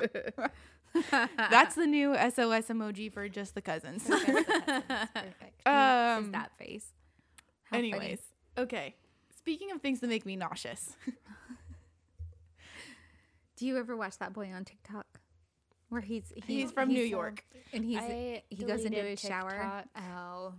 That's the new SOS emoji for just the *laughs* cousins. *laughs* Perfect. Is um, that face. How funny. anyways, okay. Speaking of things that make me nauseous, do you ever watch that boy on TikTok? Where he's he- he's from New York. and he's I he goes into deleted his shower. TikTok. Oh,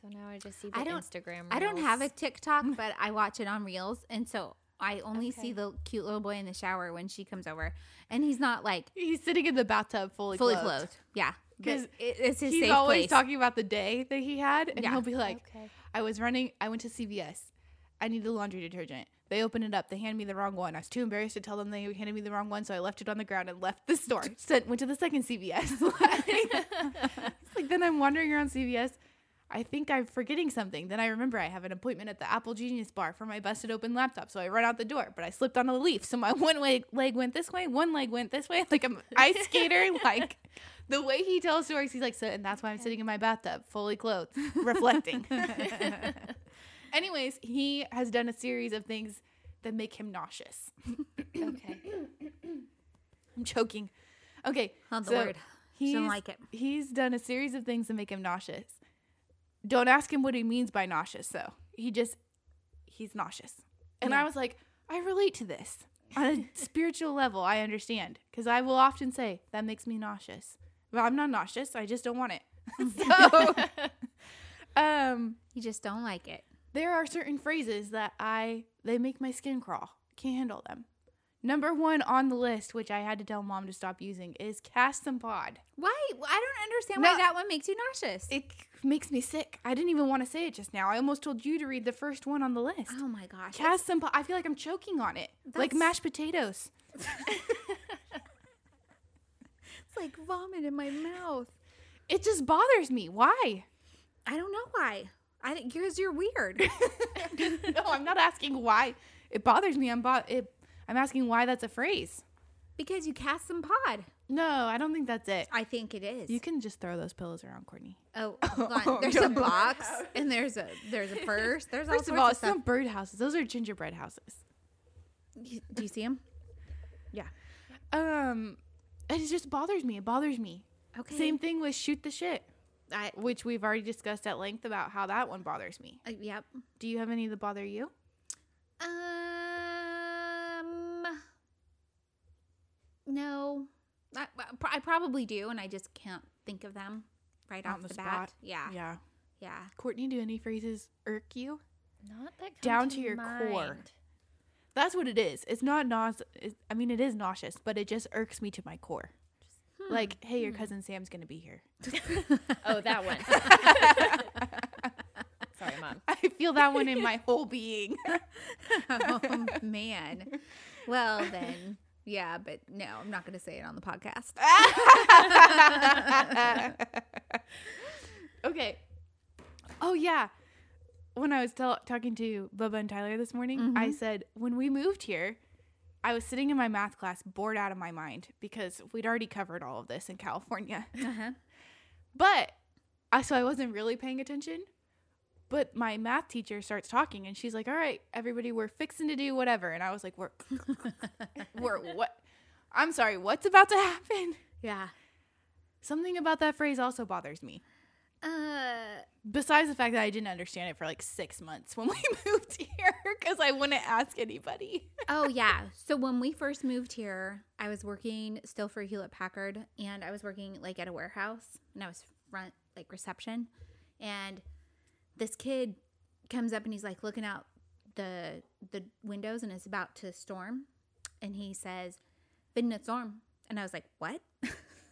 So now I just see the I don't- Instagram. I don't have a reels. TikTok, *laughs* but I watch it on Reels, and so I only see Okay. the cute little boy in the shower when she comes over, and he's not like He's sitting in the bathtub fully, fully clothed. Yeah, 'Cause because it's his He's safe always place. talking about the day that he had, and Yeah. he'll be like, Okay. I was running. I went to CVS. I needed laundry detergent. They opened it up. They handed me the wrong one. I was too embarrassed to tell them they handed me the wrong one, so I left it on the ground and left the *laughs* store. Sent, went to the second CVS. *laughs* Like- it's *laughs* like then I'm wandering around CVS. I think I'm forgetting something. Then I remember I have an appointment at the Apple Genius Bar for my busted open laptop. So I run out the door, but I slipped on a leaf. So my *laughs* one leg, leg went this way, one leg went this way. *laughs* Like I'm an ice *laughs* skater. like the way he tells stories, he's like, so, and that's why I'm sitting in my bathtub, fully clothed, *laughs* reflecting. *laughs* Anyways, he has done a series of things that make him nauseous. Okay. *coughs* I'm choking. Okay. Not the word. He's, Don't like it. He's done a series of things that make him nauseous. Don't ask him what he means by nauseous, though. He just, he's nauseous. And I was like, I relate to this on a *laughs* spiritual level. I understand because I will often say, that makes me nauseous. Well, I'm not nauseous. I just *laughs* don't want it. *laughs* so, *laughs* um, You just don't like it. there are certain phrases that I they make my skin crawl. Can't handle them. Number one on the list, which I had to tell mom to stop using, is cast and pod. Why? Well, I don't understand No. why that one makes you nauseous. It makes me sick. I didn't even want to say it just now. I almost told you to read the first one on the list. oh my gosh. Cast and pod. I feel like I'm choking on it, like That's- mashed potatoes. It's like vomit in my mouth. It just bothers me. Why? *laughs* I don't know why. I think yours you're *laughs* weird. no, I'm not asking why it bothers me. I'm bo- it, I'm asking why that's a phrase. because you cast some pod. No, I don't think that's it. I think it is. You can just throw those pillows around, Courtney. *laughs* oh, hold on. there's a *laughs* box and there's a there's *laughs* a purse. There's all First sorts of all, of it's stuff. not bird houses. Those are gingerbread houses. You- Do you see him? Um, and it just bothers me. It bothers me. Okay. Same thing with shoot the shit, I, which we've already discussed at length about how that one bothers me. uh, yep. Do you have any that bother you? Um. No, I, I pro- I probably do, and I just can't think of them right On off the the, bat. spot. Yeah, yeah, *laughs* Yeah. Courtney, do any phrases irk you? Not that come Down to your core. mind. That's what it is. It's not nauseous. I mean, it is nauseous, but it just irks me to my core. hmm. Like, hey, your cousin Sam's gonna be here. *laughs* Oh, that one. Sorry, mom. I feel that one *laughs* in my whole being. oh man. Well then, yeah, but no, I'm not going to say it on the podcast. okay. Oh yeah. When I was tell talking to Bubba and Tyler this morning, I said when we moved here, I was sitting in my math class bored out of my mind because we'd already covered all of this in California. *laughs* But I so I wasn't really paying attention. But my math teacher starts talking and she's like, "All right, everybody, we're fixing to do whatever." And I was like, "We're *laughs* we're what? I'm sorry, what's about to happen?" *laughs* Yeah. Something about that phrase also bothers me. Uh, Besides the fact that I didn't understand it for like six months when we *laughs* moved here because I wouldn't ask anybody. oh yeah. So when we first moved here, I was working still for Hewlett Packard, and I was working like at a warehouse, and I was front like reception, and this kid comes up and he's like looking out the the windows, and it's about to storm, and he says, "Been a storm," and I was like, "What?" *laughs*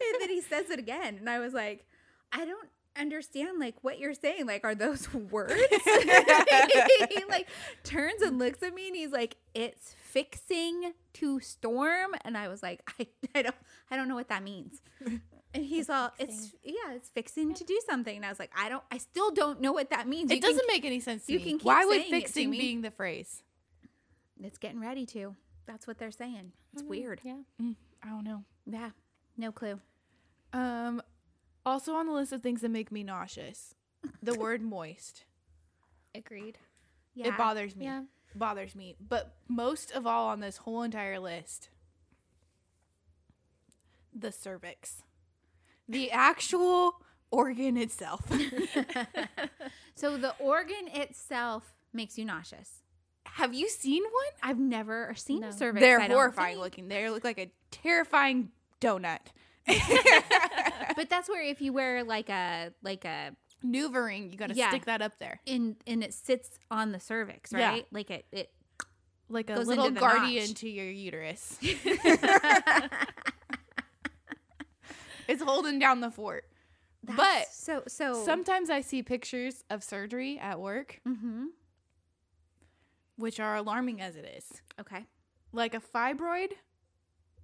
and then he says it again, and I was like, "I don't." understand like what you're saying like are those *laughs* words he like turns and looks at me and he's like it's fixing to storm and i was like i, I don't i don't know what that means and he's all it's yeah it's fixing to do something and i was like i don't i still don't know what that means It You can- doesn't make any sense to you me. can keep Why would saying it to fixing me. being the phrase? it's getting ready to that's what they're saying it's weird Yeah. I don't know. yeah no clue Um, also on the list of things that make *laughs* me nauseous, the word moist. Agreed. yeah It bothers me. Yeah. bothers me, but most of all on this whole entire list, the cervix, the actual organ itself. *laughs* So the organ itself makes you nauseous. Have you seen one? I've never seen No. a cervix. They're I don't horrifying think. looking. They look like a terrifying donut. But that's where if you wear like a like a Maneuvering, you got to Yeah. stick that up there. in and it sits on the cervix, Yeah. right? Like it it Like a Goes little into the guardian notch. to your *laughs* uterus. it's holding down the fort. but That's so Oh. so Sometimes I see pictures of surgery at work, hmm which are alarming as it is. Okay. Like a fibroid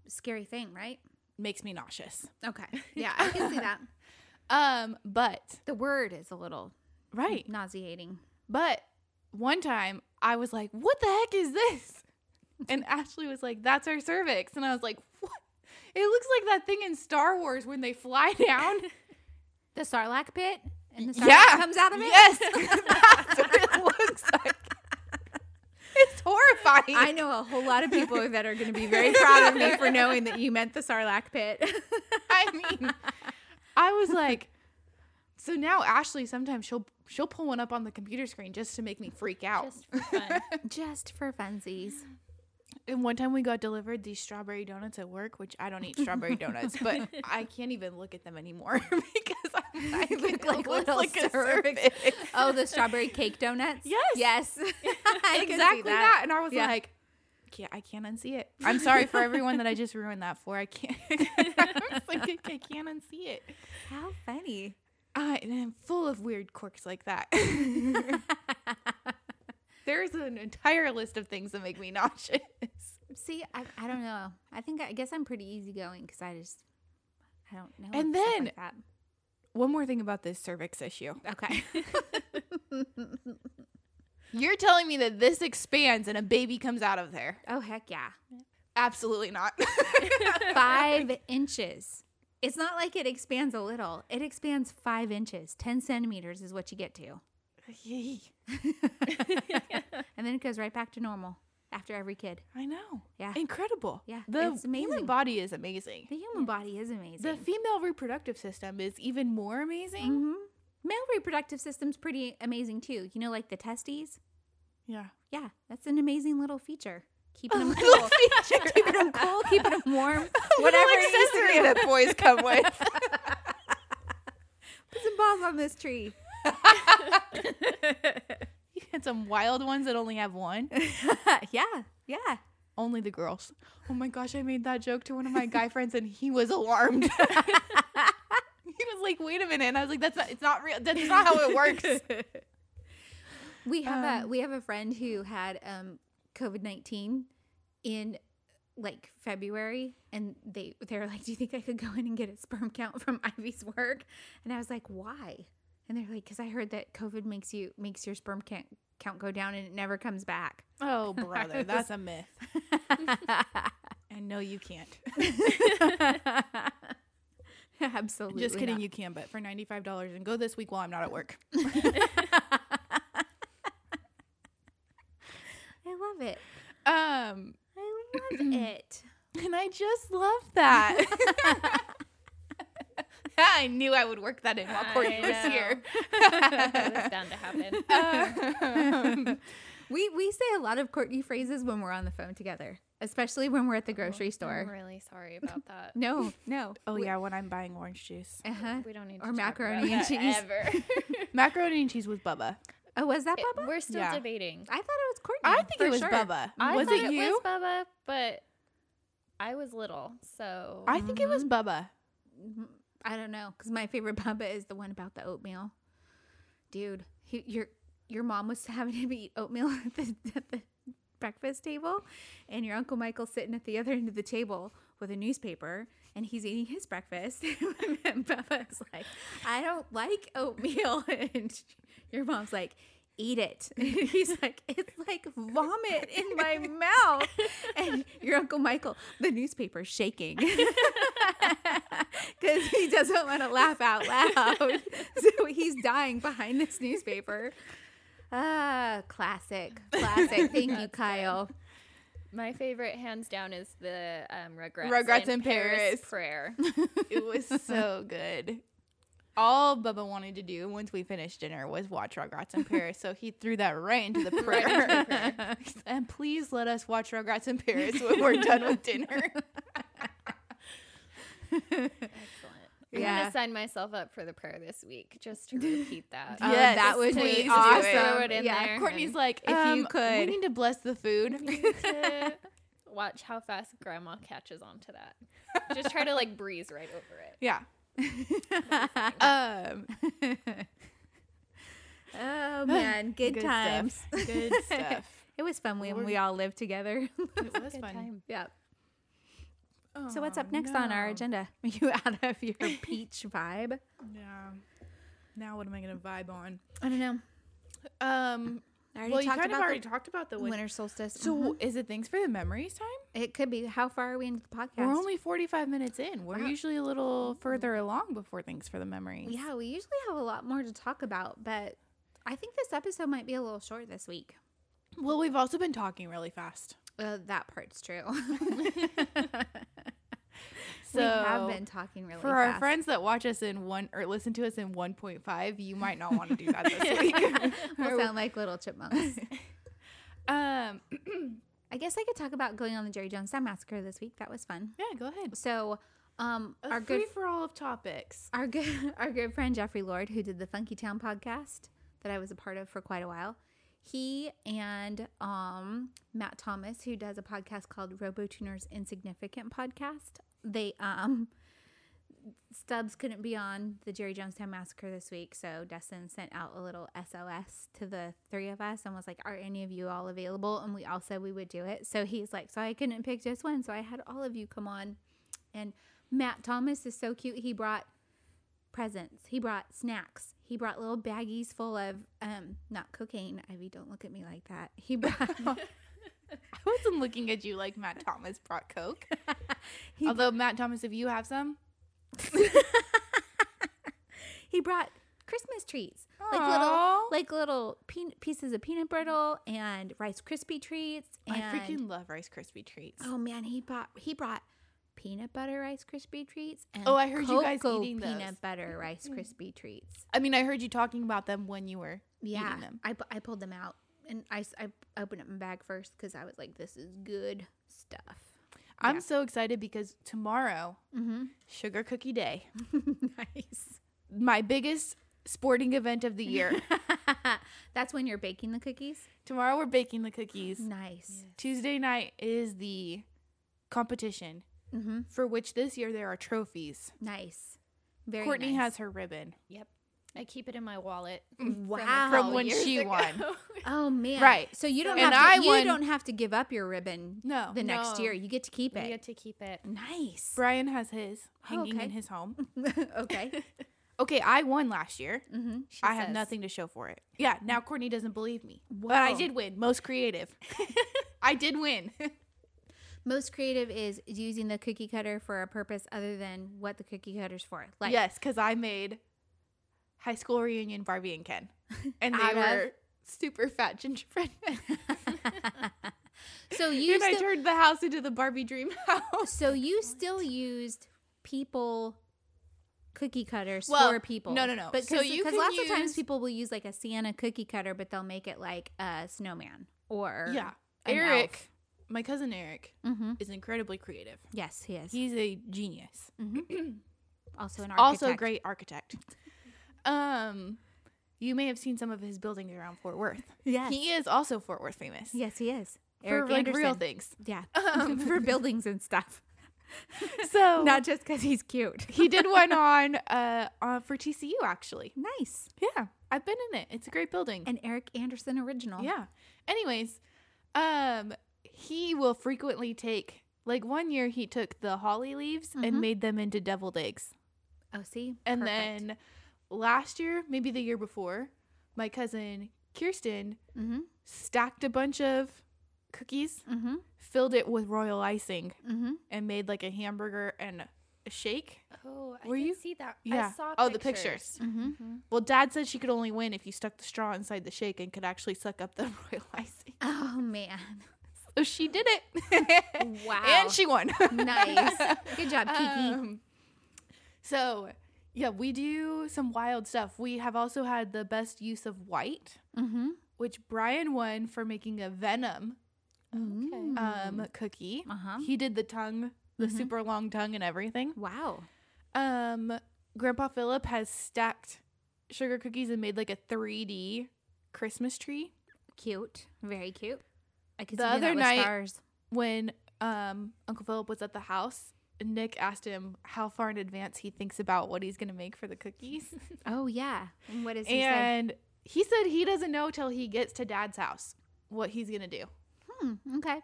Scary thing, right? makes me nauseous. Okay. *laughs* Yeah, I can see that. Um, but The word is a little right. nauseating. But one time I was like, "What the heck is this?" *laughs* And Ashley was like, "That's our cervix." And I was like, "What?" It looks like that thing in Star Wars when they fly *laughs* down. The sarlacc pit and the sarlacc Yeah. comes out of it. *laughs* Yes, that's what it looks like. It's *laughs* horrifying. I know a whole lot of people that are going to be very proud of me for knowing that you meant the sarlacc pit. *laughs* *laughs* I mean, I was like, so now Ashley sometimes she'll she'll pull one up on the computer screen just to make me freak out. Just for fun. Just for funsies. And one time we got delivered these strawberry donuts at work, which I don't eat strawberry donuts, but I can't even look at them anymore *laughs* because I'm, I look like, little like a cervix. cervix. *laughs* Oh, the strawberry cake donuts? Yes. Yes. *laughs* I can see exactly that. that. And I was Yeah. like, can't, I can't unsee it. I'm sorry for everyone that I just ruined that for. I can't. *laughs* I was like, I can't unsee it. How funny. I am full of weird quirks like that. *laughs* There's an entire list of things that make me *laughs* nauseous. *laughs* See, I, I don't know. I think I guess I'm pretty easygoing because I just I don't know. And stuff then- like that. One more thing about this cervix issue. okay, You're telling me that this expands and a baby comes out of there? *laughs* oh heck *laughs* yeah, Absolutely not. *laughs* five inches. It's not like it expands a little. It expands five inches. Ten centimeters is what you get to, Yee. and then it goes right back to normal after every kid. I know. Yeah. Incredible. Yeah, The it's human amazing. body is amazing. The human body is amazing. The female reproductive system is even more amazing. hmm Male reproductive system's pretty amazing too. You know, like the testes. *laughs* Yeah. Yeah, that's an amazing little feature. *laughs* Keeping them little cool, keeping them cool, *laughs* keeping them *laughs* warm, whatever Whatever it needs to accessory that boys come with. *laughs* *laughs* Put some balls on this tree. *laughs* you had some wild ones that only *laughs* have one. yeah, yeah. Only the girls. Oh my gosh, I made that joke to one of my guy friends and he *laughs* was alarmed. *laughs* he was like, wait a minute. And I was like, that's not, it's not real. That's not how *laughs* it works. We have Um, a we have a friend who had um COVID nineteen in like February, and they they were like, "Do you think I could go in and get a sperm count from Ivy's work?" And I was like, "Why?" And they're like, "Cause I heard that COVID makes you makes your sperm count count go down and it never comes *laughs* back." *laughs* oh, brother, that's a *laughs* myth. And no, *laughs* you can't. Absolutely. Just kidding, not. you can, but for $95 and go this week while I'm not at work. *laughs* I love it. Um, I love *clears throat* it. and I just *laughs* love that. *laughs* I knew I would work that in while Courtney I was know. Um, here. *laughs* That was bound to *laughs* happen. *laughs* Uh, We we say a lot of Courtney phrases when we're on the phone together, especially when we're at the grocery I'm store. really sorry about that. No, no. *laughs* Oh, yeah, when I'm buying orange juice. Uh-huh. We don't need Or to talk macaroni about and that cheese. ever. Macaroni and cheese with Bubba. Oh, was that It- Bubba? We're still Yeah. debating. I thought it was Courtney. I think for it was sure. Bubba. I was thought it you? was Bubba, but I was little, so I think it was Bubba. I don't know because my favorite *laughs* Bubba is the one about the oatmeal. Dude, he, your your mom was *laughs* having him eat oatmeal *laughs* at the, at the breakfast table, and your uncle Michael's sitting at the other end of the table with a newspaper, and he's eating his breakfast. *laughs* and Bubba's like, "I don't like oatmeal," *laughs* and your mom's like. Eat it. *laughs* And he's like, it's like vomit in my mouth. And your Uncle Michael, the newspaper shaking. *laughs* because he *laughs* doesn't want to laugh out loud. so he's dying behind this newspaper. Ah, classic, classic. Thank you, Kyle. My favorite, hands down, is the um, Rugrats, Rugrats and in Paris. *laughs* prayer. It was *laughs* so good. All Bubba wanted to do once we finished dinner was watch Rugrats in Paris, so he threw that right into the *laughs* prayer. and please let us watch Rugrats in Paris when we're done with dinner. Excellent. I'm Yeah. gonna sign myself up for the prayer this week just to *laughs* repeat that. Oh, Yes, that would please be do it. Throw awesome. it in yeah, there. Courtney's like, If you "Um, we could." need to bless the food. *laughs* We need Um, *laughs* to watch how fast Grandma catches on to that. Just try to like breeze right over it. *laughs* Yeah. um, Oh man, good, times. Stuff. *laughs* Good stuff. It was fun when we all lived together. *laughs* it was Oh, Good time. yep. So what's up next on our agenda? *laughs* Are you out of your peach vibe? Yeah. Now what am I going to vibe on? I don't know. *laughs* Um, I already well, you talked kind of about already the talked about the win- winter solstice. So Mhm. is it things for the memories time? it could be. How far are we into the podcast? We're only 45 minutes in. We're usually a little further along before things for the memories. yeah, Uh-huh. Mm-hmm. we usually have a lot more to talk about, but I think this episode might be a little short this week. Well, we've also been talking really fast. Uh, that part's *laughs* true. So we have been talking really for fast. our friends that watch us in one or listen to us in 1.5, you might not want to do *laughs* that this week. *laughs* we'll sound like little chipmunks. um, I guess I could talk about going on the Jerry Jonestown massacre this week. That was fun. yeah, go ahead. uh, So, um, A our good free for all of topics. our good *laughs* our good friend Jeffrey Lord, who did the Funky Town podcast that I was a part of for quite a while, he and um, Matt Thomas, who does a podcast called RoboTuner's Insignificant Podcast, they um, Stubbs couldn't be on the Jerry Jonestown Massacre this week, so Dustin sent out a little SOS to the three of us and was like, "Are any of you all available?" And we all said we would do it. So he's like, "So I couldn't pick just one, so I had all of you come on." And Matt Thomas is so cute. He brought presents. He brought snacks. He brought little baggies full of um not cocaine. Ivy, don't look at me like that. He *laughs* brought *laughs* I wasn't looking at you like Matt Thomas brought *laughs* Coke. Although, Matt Thomas, if you have some, he brought Christmas treats. Like little Aw. like little peanut pieces of peanut brittle and rice crispy treats and I freaking love Rice Krispie treats. Oh man, he bought he brought peanut butter rice crispy treats and Oh, I heard you guys cocoa eating those. Mm-hmm. peanut butter rice crispy treats. I mean, I heard you talking about them when you were yeah eating them. I, pu- I pulled them out and i, s- I opened up my bag first because i was like this is good stuff *laughs* I'm Yeah. so excited because tomorrow, mm-hmm. Sugar Cookie Day, nice my biggest sporting event of *laughs* the year. that's when you're baking the cookies tomorrow, we're baking the cookies. nice Tuesday night is the competition mm-hmm. for which this year there are trophies. nice very Courtney nice. has her ribbon Yep. I keep it in my wallet. wow Mm. from when years she ago. won. *laughs* oh man Right. so you don't have And to, I you won- don't have to give up your ribbon No, the next no. year you get to keep I it get to keep it. Mm-hmm. nice *laughs* Brian has his hanging Oh, okay. Mm. in his home. okay Okay, I won last year. mm-hmm. She I have says. nothing to show for it. Yeah, now Courtney doesn't believe me. But I Mm. Whoa. did win. Most creative. *laughs* I did win. most creative is using the cookie cutter for a purpose other than what the cookie cutter's for *laughs* like yes, because I made high school reunion Barbie *laughs* and Ken. And they Out of- were super fat gingerbread *laughs* men. *laughs* *laughs* so you and I still, turned the house into the Barbie dream *laughs* house. so you still used people cookie cutters Well, for people. no, no, no. But So so you because can lots of times use- people will use like a Sienna cookie cutter, but they'll make it like a snowman or Yeah. an Eric, my cousin Eric, elf. Mhm. is incredibly creative. Yes, he is. He's a genius. also an Mm-hmm. architect. Also a great architect. Um you may have seen some of his buildings around Fort Worth. Yes. He is also Fort Worth famous. yes, he is. for like real Um. Anderson. *laughs* things. Yeah, *laughs* for buildings and stuff. So Not just because he's cute. he did one on uh, uh for TCU actually. nice. Yeah, I've been in it. It's a great building. An Eric Anderson original. yeah. Anyways, um, he will frequently take like one year he took the holly leaves Mm-hmm. and made them into deviled eggs, Oh, see. and Perfect. then last year, maybe the year before, my cousin Kirsten Mm-hmm, stacked a bunch of cookies, Mhm. filled it with royal icing, Mhm. and made like a hamburger and a shake. Oh, I Were did you- see that. I yeah. saw Oh, the pictures. Mm-hmm. Well, Dad said she could only win if you stuck the straw inside the shake and could actually suck up the *laughs* royal icing. Oh man! *laughs* So she did it. *laughs* Wow. and she won. nice. Good job, Kiki. Um, *laughs* so, yeah, we do some wild stuff. We have also had the best use of white, mm-hmm. which Brian won for making a venom Okay. Mm-hmm. um, cookie. Uh-huh. Mm-hmm. He did the tongue, the super long tongue, and everything. Wow. Um, Grandpa Philip has stacked sugar cookies and made like a 3D Christmas tree. Cute. Very cute. I could The see other that with night- stars. when um, Uncle Philip was at the house, Nick asked him how far in advance he thinks about what he's going to make for *laughs* the cookies. Oh yeah. And what is he said? and he said he doesn't know till he gets to dad's house what he's going to do. Hmm. Okay.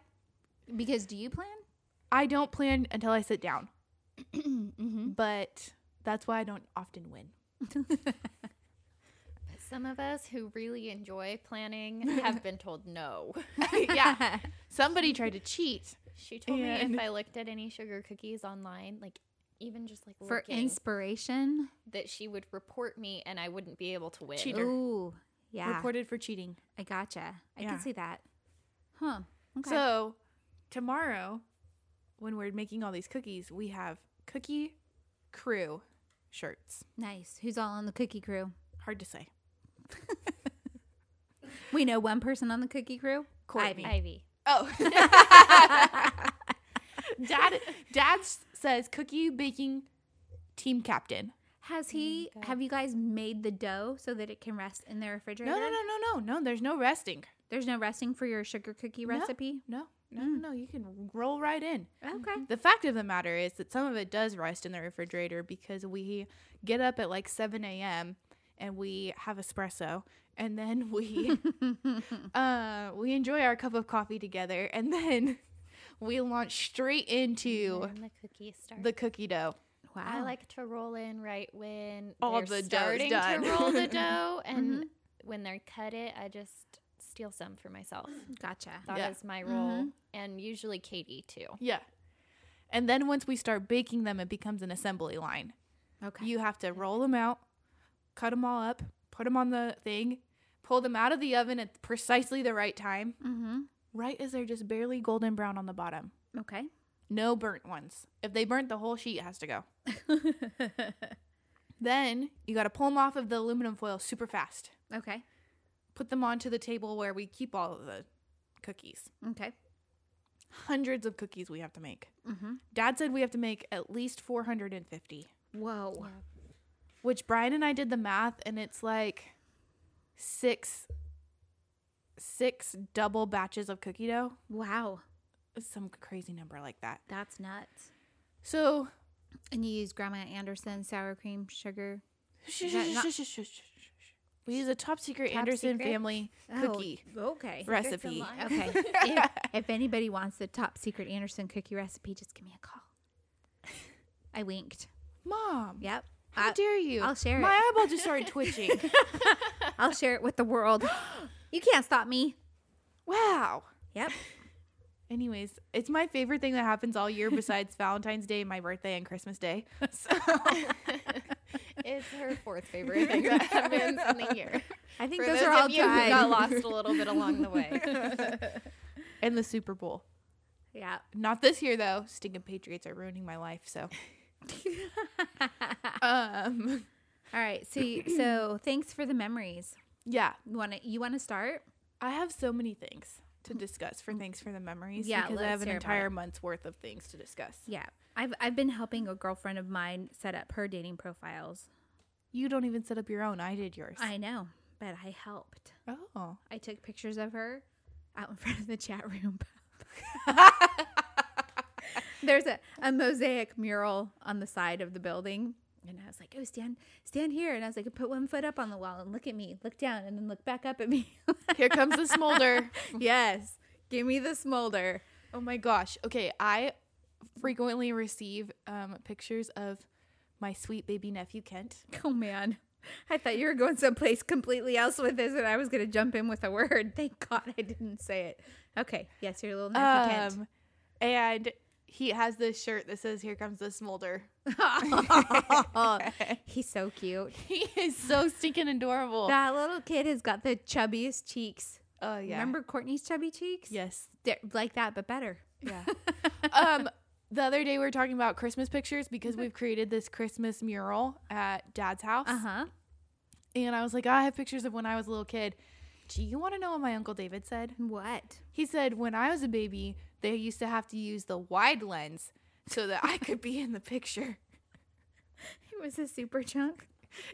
Because do you plan? *laughs* I don't plan until I sit down, *clears throat* mm-hmm. but that's why I don't often win. Some of us who really enjoy *laughs* planning have been told no. *laughs* yeah. Somebody tried to cheat. She told me And- if I looked at any sugar cookies online, like even just like For looking, inspiration. that she would report me and I wouldn't be able to win. Cheater. Ooh. Yeah. Reported for cheating. I gotcha. I Yeah. can see that. Huh. Okay. So, tomorrow, when we're making all these cookies, we have cookie crew shirts. nice. Who's all on the cookie crew? Hard to say. We know one person on the cookie crew. Courtney. Ivy. Ivy. Oh. *laughs* Dad, Dad s- says cookie baking team captain. Has he? Oh Have you guys made the dough so that it can rest in the refrigerator? No, no, no, no, no, no. There's no resting. There's no resting for your sugar cookie No. recipe. No, no, Mm. no, no. You can roll right in. Okay. The fact of the matter is that some of it does rest in the refrigerator because we get up at like 7 a.m. and we have espresso and then *laughs* we uh, we enjoy our cup of coffee together and then *laughs* we launch straight into When the cookies start. the cookie dough. Wow. I like to roll in right when All they're the dough's starting done. Mm-hmm. to *laughs* roll the dough, and when they're cut it, I just steal some for *clears throat* myself. Gotcha. That is Yeah. Mm-hmm. my role, and usually Katie too. Yeah. And then once we start baking them, it becomes an assembly line. Okay. You have to roll them out, cut them all up, put them on the thing, pull them out of the oven at precisely the right time, mm-hmm. right as they're just barely golden brown on the bottom. *laughs* Okay. No burnt ones. If they burnt, the whole sheet has to go. Then you got to pull them off of the aluminum foil super fast. okay. Put them onto the table where we keep all of the cookies. Okay. Hundreds of cookies we have to make. Mm-hmm. Dad said we have to make at least 450. Whoa. which Brian and I did the math and it's like six six double batches of cookie dough. Wow. It's Some crazy number like that. That's nuts. So And you use Grandma Anderson sour cream sugar. shh, that shh, not- shh, shh, shh, shh, shh, shh. we use a top secret Top Anderson secret? family Oh, cookie okay. recipe. alive. Okay. *laughs* if, if anybody wants the top secret Anderson cookie recipe, just give me a call. I winked. Mom, Yep. how I, dare you? I'll share My it. eyeball *laughs* just started twitching. I'll share it with the *gasps* world. you can't stop me. wow. Yep. Anyways, it's my favorite thing that happens all year *laughs* besides Valentine's Day, my birthday, and Christmas *laughs* Day. So It's her *laughs* fourth favorite thing that happens in the year. I think For those, those are all of you who dried. *laughs* got lost a little bit along the way, and the Super Bowl. Yeah. Not this year though. Stinking Patriots are ruining my life. *laughs* So, um, All right. So, you- so thanks for the memories. yeah, You want to you want to start? I have so many things to discuss for thanks for the memories. Yeah, because I let's have an hear about entire it. month's worth of things to discuss. Yeah. I've I've been helping a girlfriend of mine set up her dating profiles. You don't even set up your own. I did yours. I know, but I helped. oh, I took pictures of her out in *laughs* front of the chat room. *laughs* There's a, a mosaic mural on the side of the building. And I was like, oh, stand, stand here. And I was like, put one foot up on the wall and look at me, look down, and then look back up at me. *laughs* here comes the smolder. *laughs* yes. Give me the smolder. oh my gosh. Okay, I frequently receive um, pictures of my sweet baby nephew Kent. Oh, man. I thought you were going someplace completely else with this, and I was going to jump in with a *laughs* Um, word. Thank God I didn't say it. Okay. Yes, your little nephew Kent. Um, and he has this shirt that says "Here comes the smolder." *laughs* Um. *laughs* He's so *laughs* cute. He is so stinking adorable. That little kid has got the chubbiest cheeks. Oh yeah. Remember Courtney's chubby cheeks? Yes. They're like that, but better. *laughs* Yeah. um, the other day we were talking about Christmas pictures because we've created this Christmas mural at Dad's house, Uh huh. and I was like, I have pictures of when I was a little kid. Do you want to know what my uncle David said? What? He said when I was a baby, they used to have to use the wide lens so that I could be in the picture. *laughs* It was a super chunk.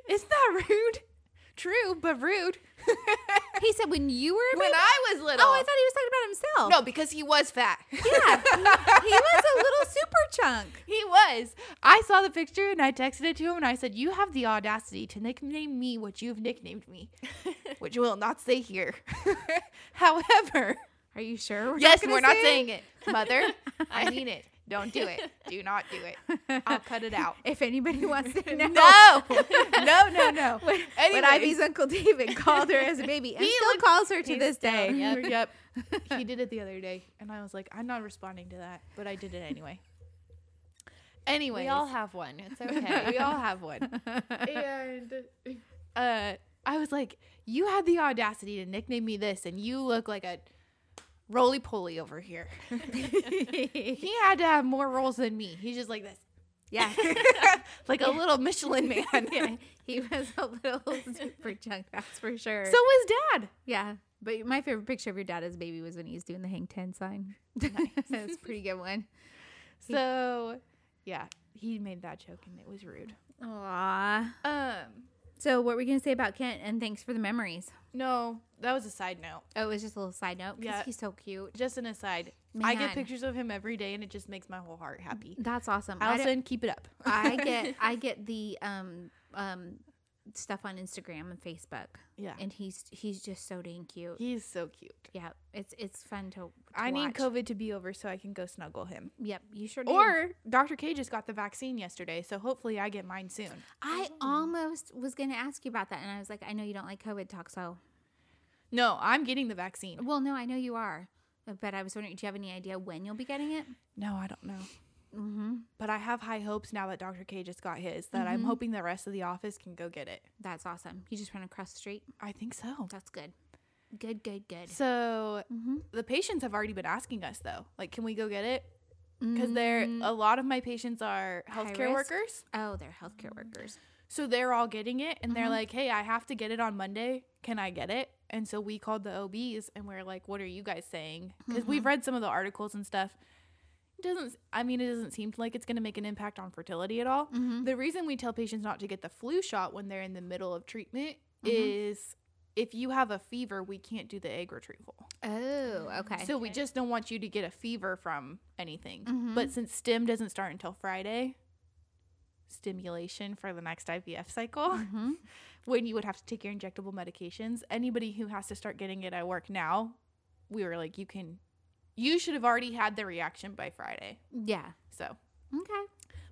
Isn't that rude? True, but rude. *laughs* He said when you were a when baby. I was little. oh, I thought he was talking about himself. no, because he was fat. *laughs* Yeah. *laughs* he was a little super chunk. He was. I saw the picture and I texted it to him and I said, You have the audacity to nickname me what you've nicknamed *laughs* me, which will not say here. *laughs* However, Are you sure? We're yes, gonna we're not say saying *laughs* it. Mother, I mean it. Don't do it. Do not do *laughs* it. I'll cut it out. If *laughs* anybody wants to know. *laughs* No, no, *laughs* no, no. When, when Anyways. Ivy's Uncle *laughs* David called her as a baby and He still looked- calls her to he's this day. Yep. *laughs* Yep. he did it the other day. And I was like, I'm not responding to that, but I did it anyway. Anyway, We all have one. It's *laughs* okay. we all have one. and uh, I was like, you had the audacity to nickname me this, and you look like a roly poly over *laughs* here. he had to have more roles than me. He's just like this, *laughs* *laughs* yeah. like a little Michelin man. He was a little *laughs* super chunk, that's for sure. So was dad. yeah. But my favorite picture of your dad as a baby was when he was doing the hang 10 sign. *laughs* That's a pretty good one. So, yeah, he made that joke, and it was rude. Aww. Um, So, what were we going to say about Kent? And thanks for the memories. no, that was a side note. Oh, it was just a little side note because Yeah. he's so cute. Just an aside. I Man. get pictures of him every day, and it just makes my whole heart happy. That's awesome. I don't- Allison, keep it up. *laughs* I get I get the um um stuff on Instagram and Facebook. Yeah. And he's he's just so dang cute. He's so cute. yeah. It's it's fun to, to I need watch. COVID to be over so I can go snuggle him. Yep, you sure do. Or Dr. K just got the vaccine yesterday, so hopefully I get mine soon. I almost was going to ask you about that and I was like I know you don't like COVID talk so. No, I'm getting the vaccine. Well, no, I know you are. But I was wondering do you have any idea when you'll be getting it? No, I don't know. Mm-hmm. But I have high hopes now that Dr. K just got his that I'm hoping the rest of the office can go get it. That's awesome. You just run across the street. I think so. That's good. Good, good, good. So the patients have already been asking us though, like, can we go get it? Mm, Because they're a lot of my patients are healthcare risk? workers, Oh, they're healthcare workers. so they're all getting it, and they're like, hey, I have to get it on Monday. Can I get it? And so we called the OBs, and we're like, what are you guys saying? Because we've read some of the articles and stuff. It doesn't. I mean, it doesn't seem like it's going to make an impact on fertility at all. Mm-hmm. The reason we tell patients not to get the flu shot when they're in the middle of treatment is if you have a fever, we can't do the egg retrieval. Oh, okay. So we just don't want you to get a fever from anything. Mm-hmm. But since STEM doesn't start until Friday, stimulation for the next IVF cycle, *laughs* Mm-hmm. when you would have to take your injectable medications, anybody who has to start getting it at work now, we were like, you can, you should have already had the reaction by Friday. yeah. So, Okay.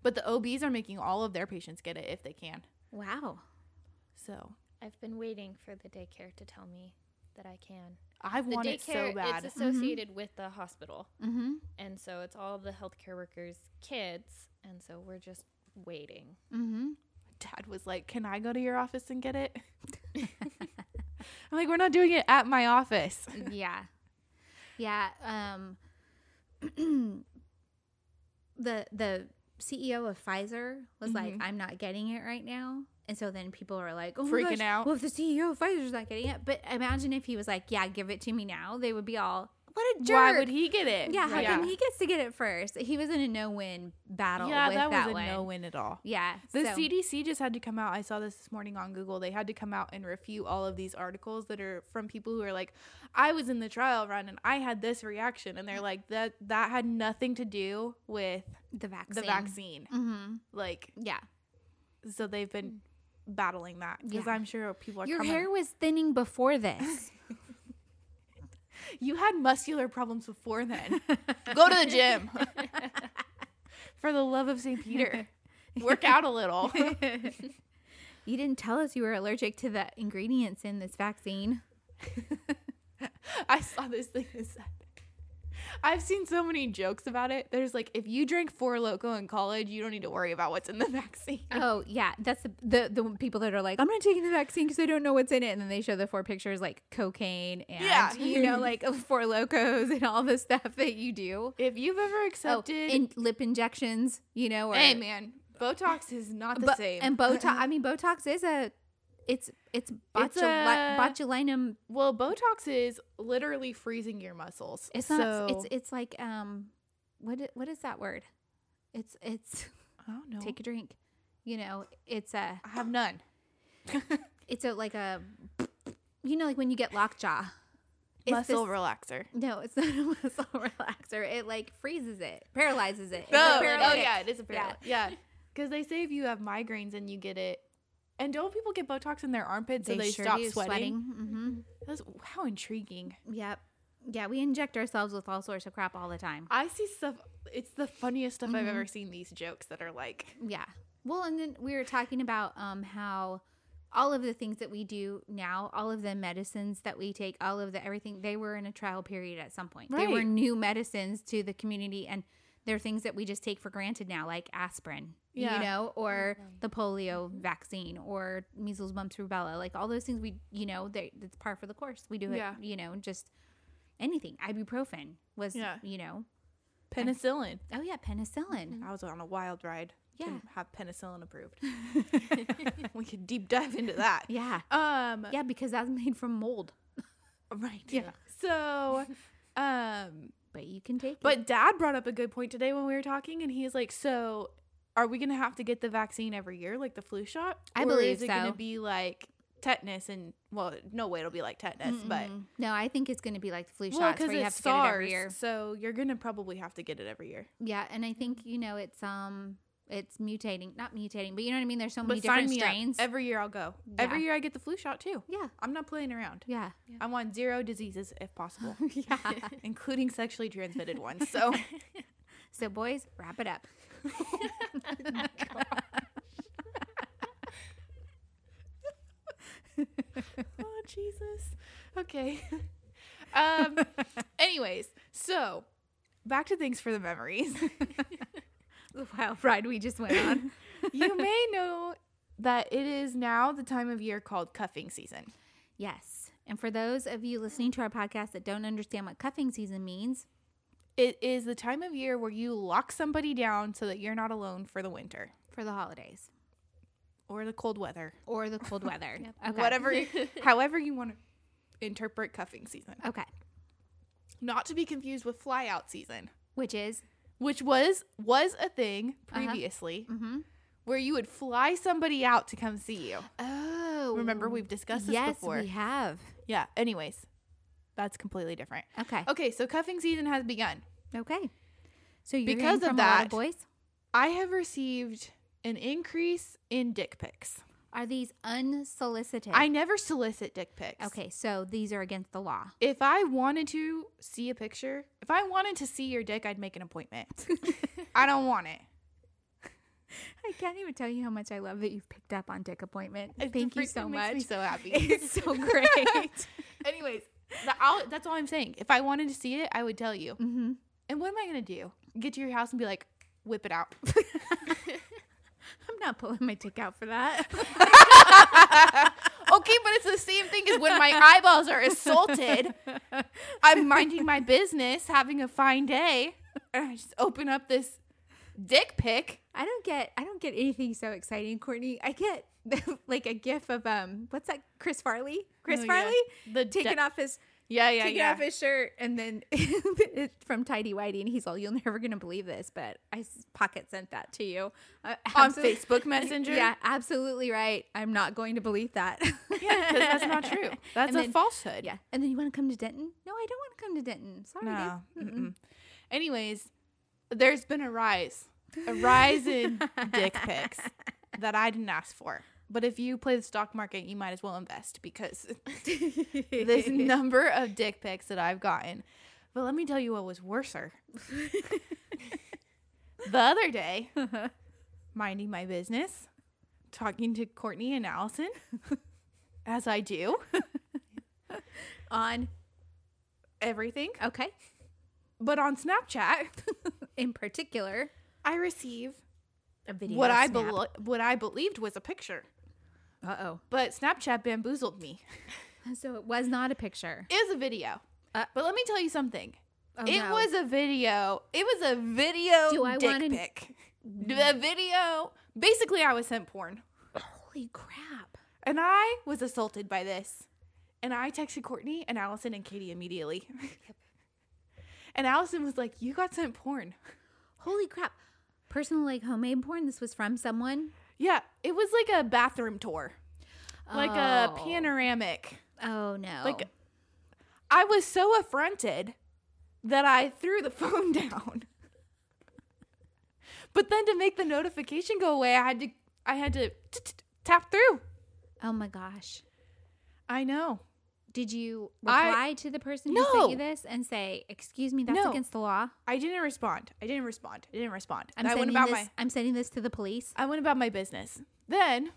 but the OBs are making all of their patients get it if they can. Wow. So I've been waiting for the daycare to tell me that I can. I The want it daycare so bad. Mm-hmm. it's associated with the hospital, Mhm. and so it's all the healthcare workers' kids, and so we're just waiting. Mhm. Dad was like, Can I go to your office and get it? *laughs* I'm like, We're not doing it at my office. yeah yeah um *clears throat* the the ceo of pfizer was like Mm-hmm. i'm not getting it right now and so then people are like oh my Freaking gosh, out. well if the ceo of pfizer's not getting it but imagine if he was like yeah give it to me now they would be all what a jerk Why would he get it? yeah how yeah. come he gets to get it first he was in a no-win battle Yeah, with that that, was a one no win at all. yeah The so- CDC just had to come out. I saw this this morning on Google. They had to come out and refute all of these articles that are from people who are like, "I was in the trial run and I had this reaction," and they're like, "That that had nothing to do with the vaccine the vaccine." mm-hmm. Like, yeah so they've been battling that because Yeah. I'm sure people are your coming. hair was thinning before this You had muscular problems before *laughs* then. Go to the gym. For the love of St. Peter. *laughs* Work out *laughs* a little. You didn't tell us you were allergic to the ingredients in this vaccine. I saw this thing that said I've seen so many jokes about it. There's like, if you drink Four Loco in college, you don't need to worry about what's in the *laughs* vaccine. Oh yeah, that's the, the the people that are like, I'm not taking the vaccine because I don't know what's in it, and then they show the four pictures like cocaine and *laughs* Yeah. you know like of four locos and all the stuff that you do. If you've ever Oh, accepted, and lip injections, you know. Or, hey man, Botox is not the Bo- same. and Botox. I mean, Botox is a it's it's, botuli- a- botulinum. well, Botox is literally freezing your muscles. It's so, not. It's it's like um, what i- what is that word? It's it's I don't know. take a drink. You know, it's a I have none. it's a like a you know like when you get lockjaw. It's Muscle this- relaxer. No, it's *laughs* not a muscle relaxer. It like freezes it, paralyzes it. It's No, a oh paralytic. yeah, it is a Yeah. paralytic. Yeah, *laughs* because they say if you have migraines and you get it, and don't people get Botox in their armpits so they sure stop do, sweating? Mhm. That's how intriguing. Yep. Yeah, we inject ourselves with all sorts of crap all the time. I see stuff. It's the funniest stuff I've ever seen. These jokes that are like, Yeah. Well, and then we were talking about um how all of the things that we do now, all of the medicines that we take, all of the everything, they were in a trial period at some point. They were Right. new medicines to the community and they're things that we just take for granted now, like aspirin, Yeah. you know, or the polio vaccine or measles, mumps, rubella. Like all those things we, you know, they, it's par for the course. We do it, Yeah. you know, just anything. Ibuprofen was, Yeah. you know, penicillin. oh yeah, penicillin. I was on a wild ride. to Yeah. have penicillin *laughs* approved. we could deep dive into that. Yeah. *laughs* Um, Yeah, because that's made from mold. right. Yeah. So, um, But you can take it. but Dad brought up a good point today when we were talking, and he's like, "So, are we gonna have to get the vaccine every year, like the flu shot? I Or believe is it gonna so. be like tetanus and well, no way it'll be like tetanus, but." Mm. no, I think it's going to be like the flu Well, shots because where you have to it's get it every SARS, year. so you're gonna probably have to get it every year. Yeah, and I think you know it's um it's mutating, not mutating, but you know what I mean. There's so many But sign different me up. strains. Every year I'll go. Every Yeah. year I get the flu shot too. yeah, I'm not playing around. yeah, I want zero diseases if possible, *laughs* yeah. *laughs* including sexually transmitted *laughs* ones. So so boys, wrap it *laughs* up. oh Jesus. Okay. *laughs* Um anyways, so back to things for the memories. The wild ride we just went on. you may know that it is now the time of year called cuffing season. *laughs* yes, and for those of you listening to our podcast that don't understand what cuffing season means, It is the time of year where you lock somebody down so that you're not alone for the winter for the holidays or the cold weather. or the cold *laughs* weather, okay. Whatever however you want to interpret cuffing season. Okay, Not to be confused with fly out season. which is which was was a thing previously mhm. where you would fly somebody out to come see you. oh, Remember we've discussed this yes, before. we have. Yeah, anyways. That's completely different. Okay, Okay, so cuffing season has begun. Okay. So you're Because because of from a lot that- of boys I have received an increase in dick pics. are these unsolicited? I never solicit dick pics. okay, so these are against the *laughs* *laughs* law. If I wanted to see a picture, if I wanted to see your dick, I'd make an appointment. *laughs* I don't want it. I can't even tell you how much I love that you've picked up on dick appointment. It Thank you freaking so makes much. me so happy. *laughs* it's so *laughs* great. Anyways, that, I'll, that's all I'm saying. If I wanted to see it, I would tell you. hmm And what am I gonna do? Get to your house and be like, whip it *laughs* out. I'm not pulling my dick out for *laughs* that. okay, but it's the same thing as when my eyeballs are assaulted. I'm minding my business, having a fine day, and I just open up this dick pic. I don't get I don't get anything so exciting, Courtney. I get *laughs* like a gif of um what's that Chris Farley? Chris Oh, yeah. Farley The taking de- off his Yeah, yeah, taking off his shirt and then *laughs* it's from Tidy Whitey and he's all you're never gonna believe this, but I s- pocket sent that to you Uh, On absol- *laughs* Facebook Messenger. Yeah, absolutely right. I'm not going to believe that. *laughs* yeah, because *laughs* that's not *laughs* true. That's And a then- falsehood. yeah, and then you want to come to Denton? No, I don't want to come to Denton. Sorry, No. dude. Mm-mm. mm-mm. Anyways, there's been a rise, a rise in dick pics that I didn't ask for. But if you play the stock market, you might as well invest because *laughs* this number of dick pics that I've gotten. But let me tell you what was worser. the other day, minding my business, talking to Courtney and Allison, as I do, on. everything. Okay, But on Snapchat, *laughs* in particular, I receive a video. what I believe. belo- what I believed was a picture. Uh oh. But Snapchat bamboozled me. So it was not a picture. It was a video. Uh, but let me tell you something. Oh, it no. was a video. It was a video Do I dick wanna- pic. The video. Basically, I was sent porn, Holy crap. and I was assaulted by this. And I texted Courtney and Allison and Katie immediately. *laughs* and Allison was like, "You got sent porn." Holy crap. Personal like homemade porn. This was from someone. Yeah, it was like a bathroom tour, like a Oh. panoramic. Oh no. Like- I was so affronted that I threw the *laughs* phone down. but then to make the notification go away, I had to I had to t- t- tap through. oh my gosh. I know. Did you I- reply to the person who sent you No. this and say, "Excuse me, that's No. against the law"? I didn't respond. I didn't respond. I didn't respond. I'm And I went sending about this. my I'm sending this to the police I went about my business. Then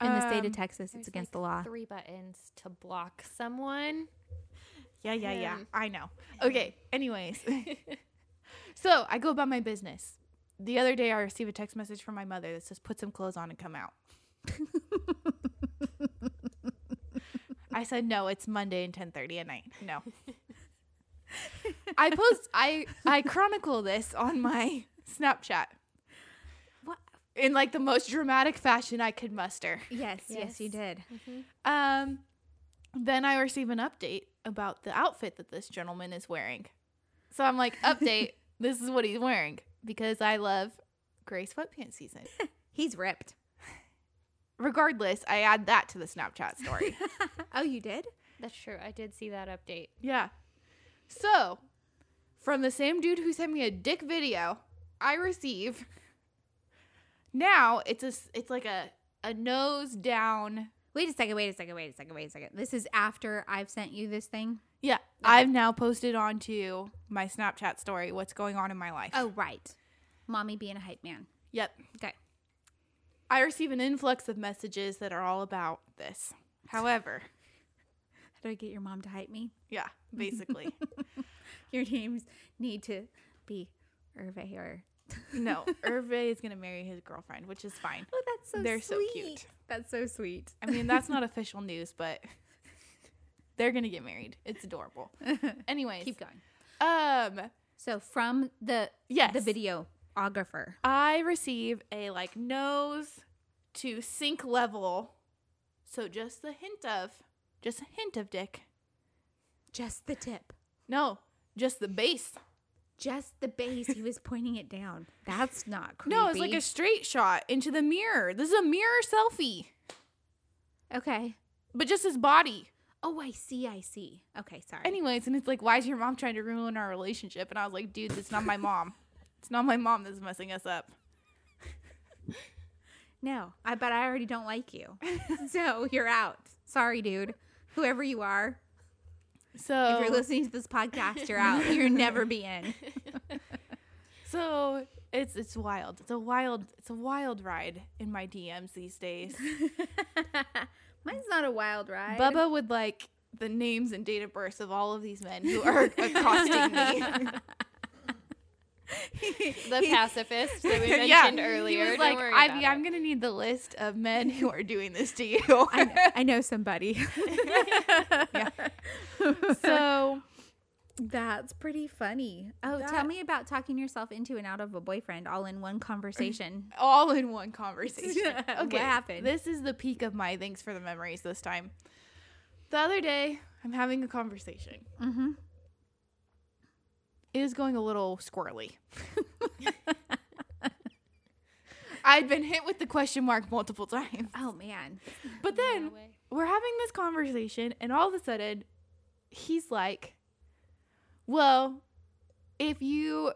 in the state um, of Texas. It's There's, against like, the Ah. law. Three buttons to block someone. Yeah, yeah, yeah. Him. I know. Okay. Anyways, *laughs* so I go about my business. The other day, I received a text message from my mother that says, "Put some clothes on and come out." I said, "No, it's Monday and ten thirty at night." No. I post. I I chronicle this on my Snapchat What? in like the most dramatic fashion I could muster. Yes, yes, you Yes. did. Um, then I receive an update about the outfit that this gentleman is wearing. So I'm like, update, this is what he's wearing because I love gray sweatpants season. He's ripped. Regardless, I add that to the Snapchat story. oh, you did? That's true. I did see that *laughs* update. yeah. So, from the same dude who sent me a dick video, I receive now it's a s- it's like a a nose down. Wait a second. Wait a second. Wait a second. Wait a second. This is after I've sent you this thing. Yeah, I've now posted onto my Snapchat story what's going on in my life. Oh, right. Mommy being a hype man. yep. Okay. I receive an influx of messages that are all about this. However, How do I get your mom to hype me? yeah, basically. *laughs* Your names need to be Irve or. no, Hervé is going to marry his girlfriend, which is fine. Oh, that's so They're so sweet. cute. That's so sweet. I mean, that's not official news, but they're going to get married. *laughs* It's adorable. Anyways, Keep going. um So from the Yes. the videographer. I receive a like nose to sink level. So just the hint of just a hint of dick. Just the tip. No, just the base. Just the base. He was pointing it down. That's not creepy. *laughs* No, it's like a straight shot into the mirror. This is a mirror selfie. Okay. but just his body. Oh, I see. I see. Okay, sorry. Anyways, and it's like, why is your mom trying to ruin our relationship? And I was like, dude, that's not my mom. It's not my mom that's messing us up. No, I but I already don't like you. *laughs* so you're out. Sorry, dude. Whoever you are, if you're So, listening to this podcast, you're *laughs* out. You're never be in. so it's it's wild. It's a wild it's a wild ride in my DMs these *laughs* days. Mine's not a wild ride. *laughs* Bubba would like the names and date of births of all of these men who are accosting me. *laughs* The pacifist that we *laughs* mentioned earlier. He was Don't like, worry about Ivy, it. I'm gonna need the list of men who are doing this to *laughs* you. I know, I know *laughs* somebody. so That's pretty funny. Oh, tell That- me about talking yourself into and out of a boyfriend all in one conversation. all in one *laughs* conversation. What happened? This is the peak of my thanks for the memories this time. The other day, I'm having a conversation. mm-hmm. It is going a little *laughs* squirrely. *laughs* I'd been hit with the question mark multiple times. *laughs* Oh man. But then way. we're having this conversation, and all of a sudden, he's like, Well, if you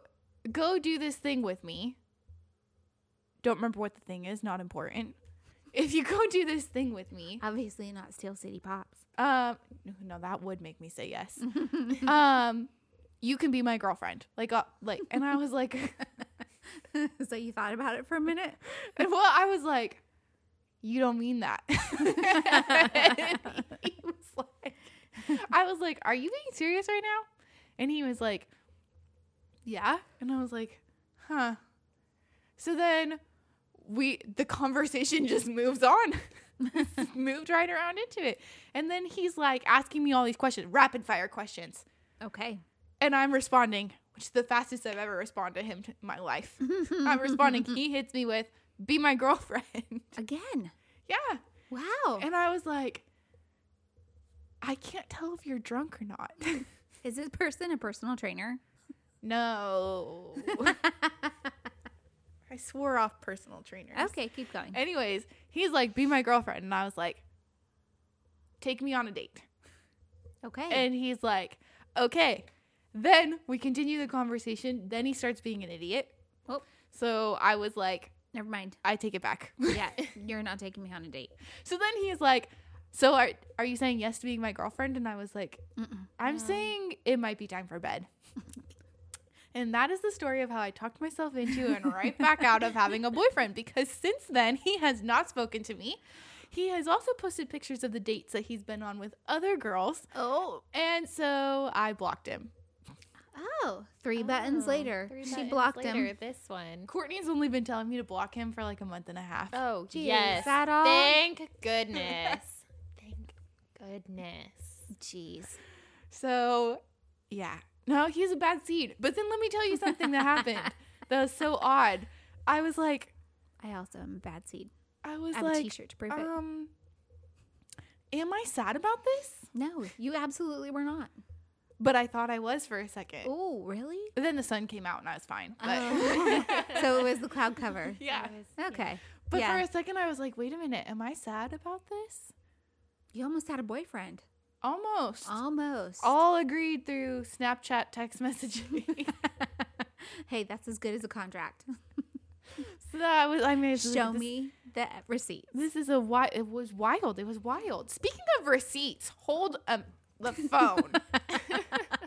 go do this thing with me, don't remember what the thing is, not important. If you go do this thing with me, Obviously not Steel City Pops. um, no, that would make me say yes. um, you can be my girlfriend, like, uh, like, and I was like, *laughs* *laughs* so you thought about it for a *laughs* minute? And well, I was like, you don't mean that. *laughs* And he was like, I was like, are you being serious right now? And he was like, yeah. And I was like, huh. So then we the conversation *laughs* just moves on. moved right around into it. And then he's like asking me all these questions, rapid fire questions. Okay. And I'm responding, which is the fastest I've ever responded to him in my life. I'm responding. He hits me with, be my girlfriend. *laughs* Again. yeah. Wow. And I was like, I can't tell if you're drunk or not. *laughs* Is this person a personal *laughs* trainer? no. *laughs* I swore off personal trainers. Okay, keep going. Anyways, he's like, be my girlfriend. And I was like, take me on a date. Okay. And he's like, okay. Then we continue the conversation. Then he starts being an idiot. oh, So I was like, never mind. I take it back. Yeah, *laughs* you're not taking me on a date. So then he's like, so are, are you saying yes to being my girlfriend? And I was like, I'm saying it might be time for bed. and that is the story of how I talked myself into and right back out of having a boyfriend because since then he has not spoken to me. He has also posted pictures of the dates that he's been on with other girls. Oh. And so I blocked him. Oh, three buttons Oh, later, three she buttons blocked later, him. This one. Courtney's only been telling me to block him for like a month and a half. Oh, Geez, yes. that all? Thank *laughs* goodness. Thank goodness. Jeez. So, yeah. No, he's a bad seed. But then let me tell you something *laughs* that happened that was so odd. I was like, I also am a bad seed. I was I have a like, T-shirt to prove it. um, am I sad about this? No, you absolutely were not. But I thought I was for a second. Oh, really? But then the sun came out and I was fine. But Oh. *laughs* so it was the cloud cover. *laughs* yeah. *laughs* Okay. But yeah. for a second, I was like, wait a minute, am I sad about this? you almost had a boyfriend. Almost. Almost. All agreed through Snapchat text *laughs* messaging. *laughs* hey, that's as good as a contract. so I was, I mean, I was like, Show this- me the receipt. This is a wild. It was wild. It was wild. Speaking of receipts, hold um, *laughs* the phone. *laughs*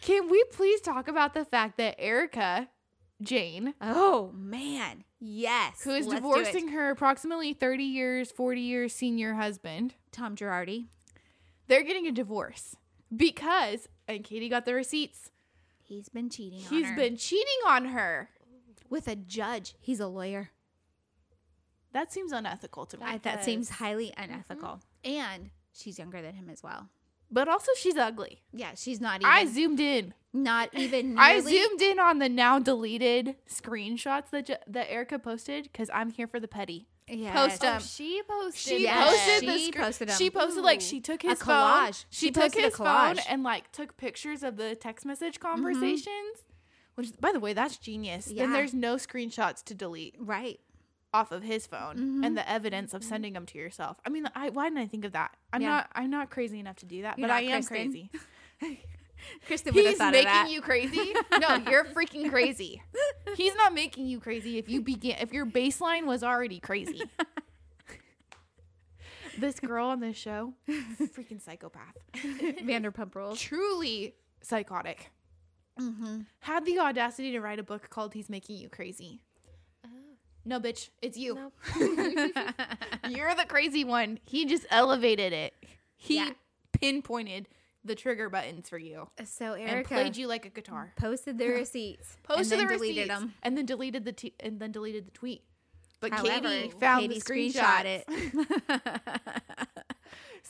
Can we please talk about the fact that Erica Jane, Oh man, yes. who is Let's do it. divorcing her approximately 30 years, 40 years senior husband, Tom Girardi? they're getting a divorce because, and Katie got the receipts, He's been cheating. on He's her. been cheating on her. with a judge. He's a lawyer. That Mm-hmm. seems unethical to me. I, that seems highly unethical. And she's younger than him as well. but also, she's ugly. Yeah, she's not even. I zoomed in. not even. *laughs* I nearly- zoomed in on the now deleted screenshots that J- that Erica posted because I'm here for the petty. Yes. post Oh, Um, she posted. She Yeah, that. posted the she scre- posted 'em. She posted like she took his phone. collage. She, She took posted a his phone collage. Mm-hmm. and like took pictures of the text message conversations. Which, by the way, that's genius. Then Yeah. there's no screenshots to delete Right. off of his phone Mm-hmm. and the evidence of sending them to yourself. I mean, I, why didn't I think of that? I'm Yeah. not. I'm not crazy enough to do that, You're but I not am Kristen. crazy. Kristen would have He's thought of making that. you *laughs* crazy. No, you're freaking crazy. He's not making you crazy if you began if your baseline was already crazy. *laughs* this girl on this show, freaking psychopath. *laughs* Vanderpump Rules. Truly psychotic. Had the audacity to write a book called He's Making You Crazy. Oh. No, bitch, it's you. Nope. *laughs* You're the crazy one. He just elevated it. He Yeah. pinpointed the trigger buttons for you So and Erica played you like a guitar. posted *laughs* the receipts. posted and the then receipts deleted them. and then deleted the t- and then deleted the tweet. But However, Katie found Katie the screenshot. screenshot it. *laughs*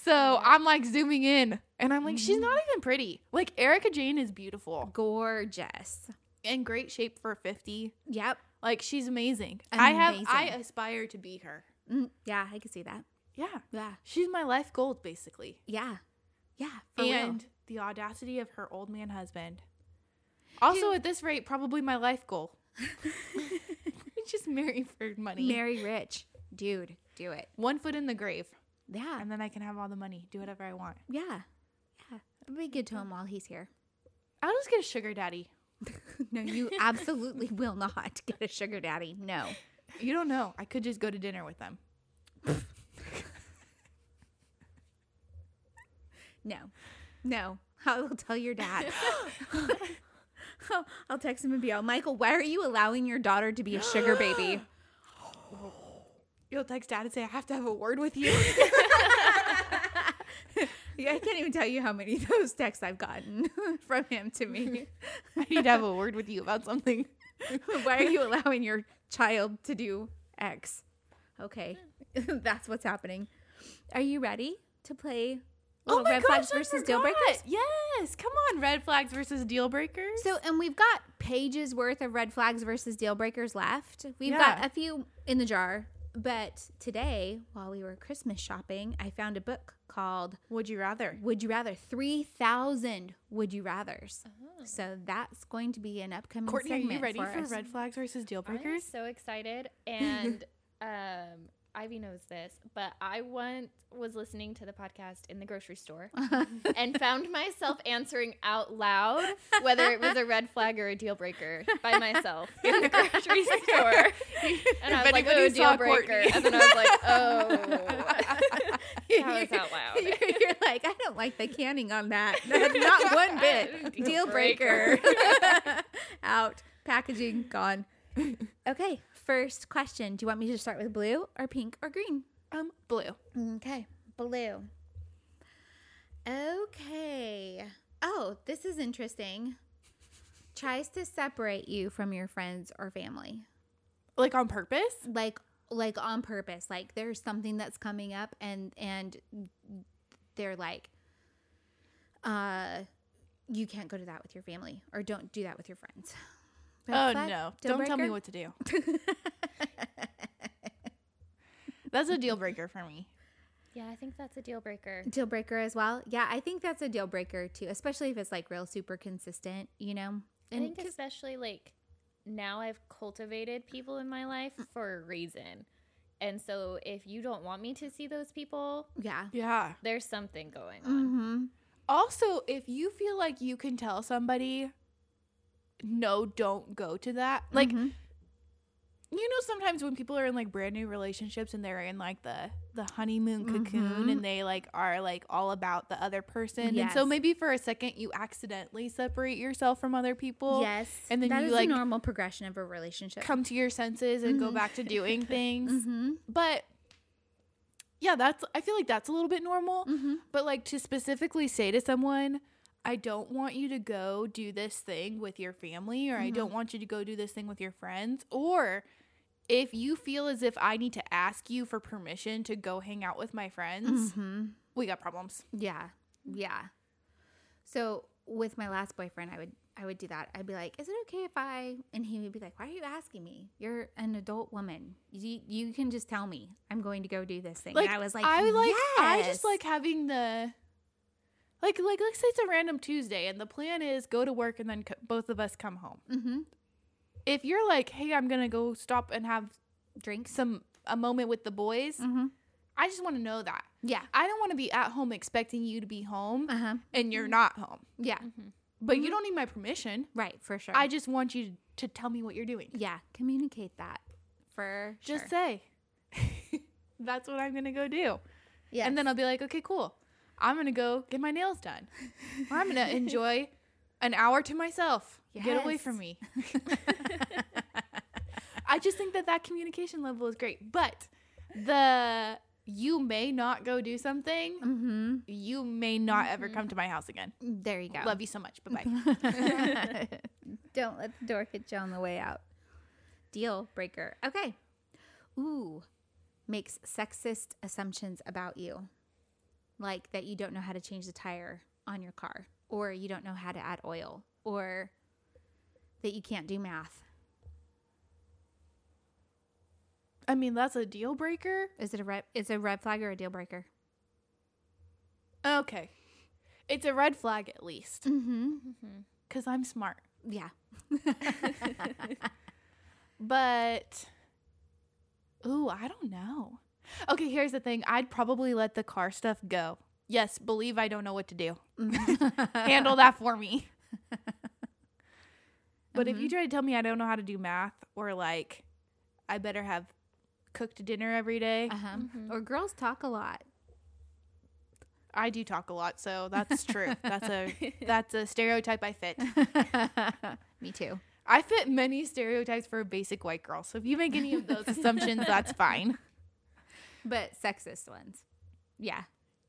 So I'm like zooming in, and I'm like, she's not even pretty. Like Erica Jane is beautiful, Gorgeous. in great shape for 50. Yep. Like she's amazing. I have, I Amazing. aspire to be her. Mm, yeah, I can see that. Yeah, Yeah. she's my life gold basically. Yeah. Yeah. For real. and the audacity of her old man husband. Also, at this rate, probably my life *laughs* goal. Just marry for money. Marry rich. Dude, do it. One foot in the grave. Yeah. and then I can have all the money, do whatever I want. Yeah. Yeah. Be good to him while he's here. *laughs* I'll just get a sugar daddy. No, you absolutely will not *laughs* get a sugar daddy. No. You don't know. I could just go to dinner with them. No. No. I will tell your *laughs* dad. I'll text him and be all, Michael, why are you allowing your daughter to be a sugar baby? You'll text dad and say, I have to have a word with you. *gasps* Yeah, I can't even tell you how many of those texts I've gotten *laughs* from him to me. *laughs* *laughs* I need to have a word with you about *laughs* something. Why are you allowing your child to do X? Okay, *laughs* that's what's happening. Are you ready to play Oh Little Red Flags versus Deal Breakers? Yes, come on, red flags versus deal breakers. So, and we've got pages worth of red flags versus deal breakers left. We've Yeah. got a few in the jar, but today, while we were Christmas shopping, I found a book called would you rather? Would You Rather 3000 Would You Rathers. So, that's going to be an upcoming Uh-huh. Courtney, are segment. you ready for, us. *laughs* red flags versus deal *laughs* I'm breakers? so excited, and *laughs* um, Ivy knows this, but I once was listening to the podcast in the grocery store and found myself answering out loud whether it was a red flag or a deal breaker by myself in *laughs* the grocery store. And I was like, anybody "Oh, saw deal breaker," Courtney. and then I was like, *laughs* "Oh." That was out loud. You're, you're like, I don't like the canning on *laughs* that. Not one bit. Deal Deal breaker. *laughs* Out. Packaging gone. Okay. First question. Do you want me to start with blue or pink or green? um, blue. Okay. Blue. Okay. Oh, this is interesting. Tries to separate you from your friends or family. Like on purpose? Like like on purpose. Like there's something that's coming up and and they're like uh you can't go to that with your family or don't do that with your friends. Red oh flag? no! Deal Don't tell me breaker? what to do. *laughs* That's a deal breaker for me. Yeah, I think that's a deal breaker. Deal breaker as well. Yeah, I think that's a deal breaker too, especially if it's like real super consistent, you know? I think 'cause- especially like now I've cultivated people in my life for a reason. And so if you don't want me to see those people, yeah. Yeah. there's something going on. Mm-hmm. Also, if you feel like you can tell somebody, no, don't go to that. Like, Mhm. Mm-hmm. you know, sometimes when people are in like brand new relationships and they're in like the the honeymoon cocoon Mhm. and they like are like all about the other person, and so Yes. maybe for a second you accidentally separate yourself from other people. yes. and then that you, is like, the normal progression of a relationship. Come to your senses and go Mhm. back to doing *laughs* things. mm-hmm. But yeah, that's I feel like that's a little bit normal. Mm-hmm. But like to specifically say to someone, I don't want you to go do this thing with your family, or I Mm-hmm. don't want you to go do this thing with your friends, or if you feel as if I need to ask you for permission to go hang out with my friends, Mm-hmm. we got problems. Yeah. Yeah. So with my last boyfriend, I would I would do that. I'd be like, "Is it okay if I?" And he would be like, "Why are you asking me? You're an adult woman. You you can just tell me I'm going to go do this thing." Like and I was like, I would like I just "Yes." like having the like like let's say it's a random Tuesday and the plan is go to work and then co- both of us come home. Mhm. If you're like, hey, I'm gonna go stop and have drinks. some a moment with the boys, Mhm. I just want to know that. Yeah. I don't want to be at home expecting you to be home Uh huh. and you're not home. Yeah. But you don't need my permission. Right. For Mm-hmm. sure. I just want you to tell me what you're doing. yeah. Communicate that for Just sure. say, *laughs* that's what I'm going to go do. yeah. And then I'll be like, okay, cool. I'm going to go get my nails done. Or I'm *laughs* going to enjoy an hour to myself. Get away Yes. from *laughs* me. I just think that that communication level is great. But the you may not go do something, mm-hmm. you may not ever come to my house again. There you go. Love you so much. Bye bye. *laughs* Don't let the door hit you on the way out. Deal breaker. Okay. Ooh, makes sexist assumptions about you, like that you don't know how to change the tire on your car, or you don't know how to add oil, or that you can't do math. *laughs* I mean, that's a deal breaker. Is it a red? Is it a red flag or a deal breaker? Okay. It's a red flag at least Mm-hmm. cuz I'm smart. Yeah. But ooh, I don't know. Okay, here's the thing. I'd probably let the car stuff go. Yes, believe I don't know what to do. *laughs* Handle that for me. but if you try to tell me I don't know how to do math or like I better have cooked dinner every day, Uh-huh. Or girls talk a lot. I do talk a lot, so that's true. that's *laughs* a that's a stereotype I fit. Me too. I fit many stereotypes for a basic white girl. So if you make any of *laughs* those assumptions, that's fine. But sexist ones. Yeah.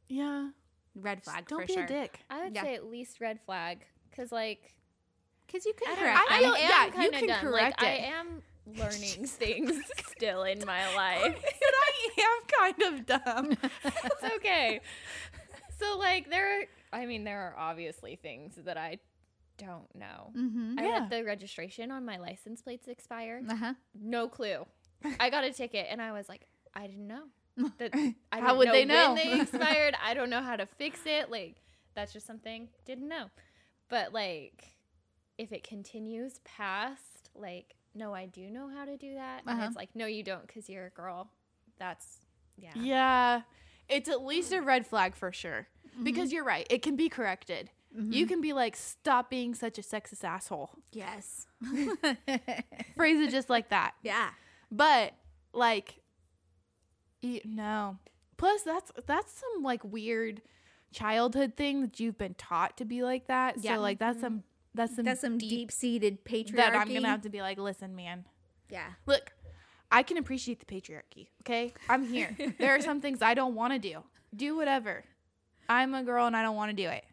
Yeah. red flag Don't for be sure. a dick. I would Yeah. say at least red flag because like Because you I can don't know, correct. them. I, feel- *laughs* am yeah, you kind of can done. correct like I it. am learning things still in my life. I am *laughs* kind of dumb. it's okay. So like there are I mean there are obviously things that I don't know. Mm-hmm. I Yeah. let the registration on my license plates expire. Uh huh. No clue. I got a ticket and I was like, I *laughs* didn't know. That I How don't would they know? when *laughs* they expired? I don't know how to fix it. Like that's just something didn't know. But like if it continues past like no, I do know how to do that. And Uh-huh. it's like no, you don't because you're a girl. That's yeah. yeah. It's at least a red flag for sure. Mm-hmm. Because you're right. It can be corrected. You can be like, stop being such a *laughs* sexist asshole. Yes. Phrase it just like that. yeah. But like, you, no. Plus, that's that's some like weird childhood thing that you've been taught to be like that. Yeah. Mm-hmm. So like, that's some that's some That's some deep seated patriarchy. that I'm gonna have to be like, listen, man, Yeah. look, I can appreciate the patriarchy. Okay, I'm here. there are some things I don't want to do. Do whatever. I'm a girl and I don't want to do it.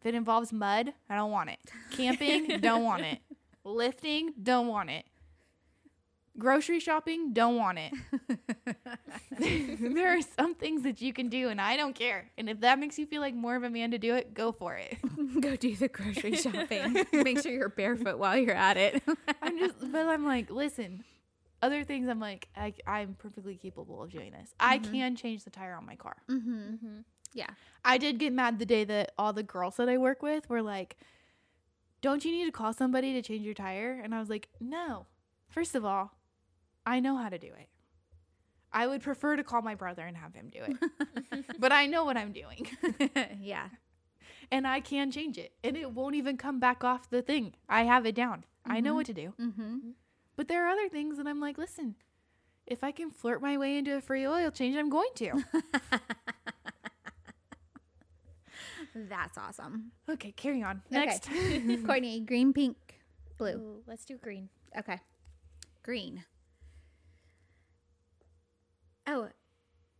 If it involves mud, I don't want it. Camping, don't want it. Lifting, don't want it. Grocery shopping, don't want it. *laughs* there are some things that you can do and I don't care. And if that makes you feel like more of a man to do it, go for it. *laughs* Go do the *laughs* grocery shopping. Make sure you're barefoot while you're at it. *laughs* I'm just, but I'm like, listen. Other things, I'm like, I, I'm perfectly capable of doing this. I can change the tire on my car. mm-hmm. Mhm. Yeah. I did get mad the day that all the girls that I work with were like, "Don't you need to call somebody to change your tire?" And I was like, "No. First of all, I know how to do it. I would prefer to call my brother and have him do it, but I know what I'm doing, *laughs* yeah. and I can change it, and it won't even come back off the thing. I have it down. I know what to do. Mm-hmm. But there are other things that I'm like, listen." If I can flirt my way into a free oil change, I'm going to. That's awesome. Okay, carry on. *laughs* Okay. *laughs* *laughs* Next. Courtney, green, pink, blue. Ooh, let's do green. Okay. Green. Oh,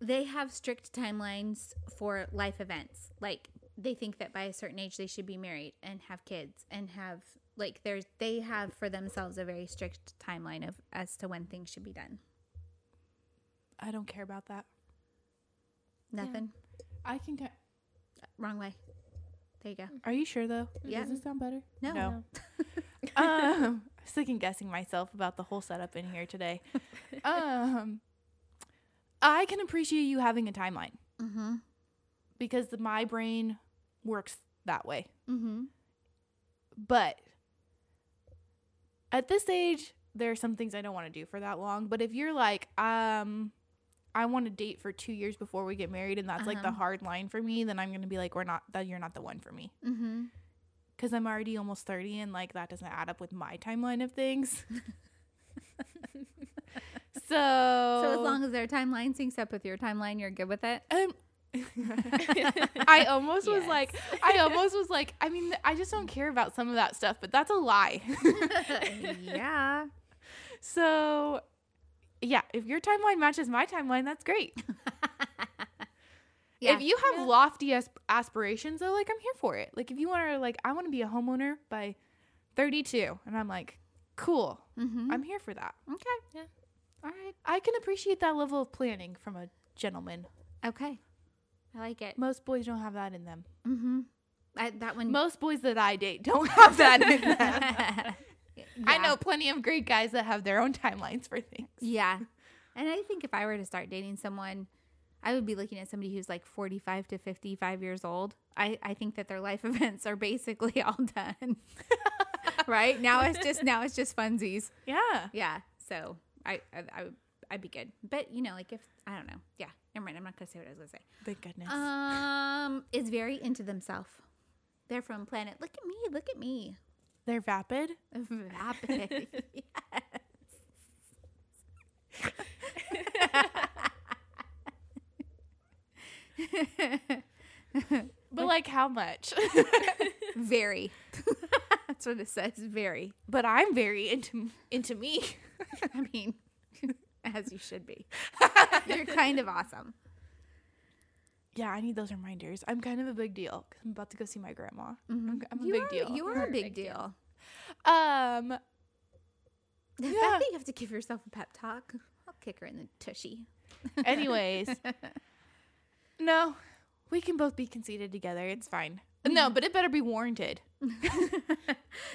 they have strict timelines for life events. Like they think that by a certain age they should be married and have kids and have like there's they have for themselves a very strict timeline of as to when things should be done. I don't care about that. Nothing. I can. Ca- Wrong way. There you go. Are you sure though? Yeah. Does it sound better? No. *laughs* *laughs* um, second guessing myself about the whole setup in here *laughs* today. Um, I can appreciate you having a timeline Mm-hmm. because the, my brain works that way. Mm-hmm. But at this age, there are some things I don't want to do for that long. But if you're like, um, I want to date for two years before we get married, and that's like the Uh-huh. hard line for me, then I'm gonna be like, we're not that you're not the one for me. Mm-hmm. because I'm already almost 30 and like that doesn't add up with my timeline *laughs* of things. so, So Oh. as long as their timeline syncs up with your timeline, you're good with it. *laughs* um, I almost was Yes. like, I almost was like, I mean, I just don't care about some of that stuff, but that's *laughs* a lie. yeah. so, yeah, if your timeline matches my timeline, that's great. *laughs* Yeah. If you have lofty as- aspirations, though, like I'm here for it. Like if you want to, like I want to be a homeowner by 32, and I'm like, cool, Mhm. I'm here for that. Okay. Yeah. All right. Mm-hmm. I can appreciate that level of planning from a gentleman. Okay. I like it. Most boys don't have that in them. Mm-hmm. I, that one. *laughs* Most boys that I date don't have that in *laughs* them. *laughs* I Yeah. know plenty of great guys that have their own timelines for things. Yeah. And I think if I were to start dating someone, I would be looking at somebody who's like 45 to 55 years old. I, I think that their life *laughs* events are basically all done. *laughs* right? Now it's just now it's just funsies. Yeah. Yeah. So I I, I would I'd be good. But you know, like if I don't know. Yeah. Never mind. I'm not gonna say what I was gonna say. Thank goodness. Um is very into themselves. They're from planet. Look at me, look at me. They're vapid. Vapid. But like how much? *laughs* very. That's what it says. Very. but I'm very into into me. I mean, as you should be. You're kind of awesome. yeah, I need those reminders. I'm kind of a big deal because I'm about to go see my grandma. I'm, I'm a you big are, deal. You are a big deal. Um, *laughs* The Yeah. fact that you have to give yourself a pep talk, I'll kick her in the tushy. anyways, no, we can both be conceited together. It's fine. No, but it better be warranted. *laughs*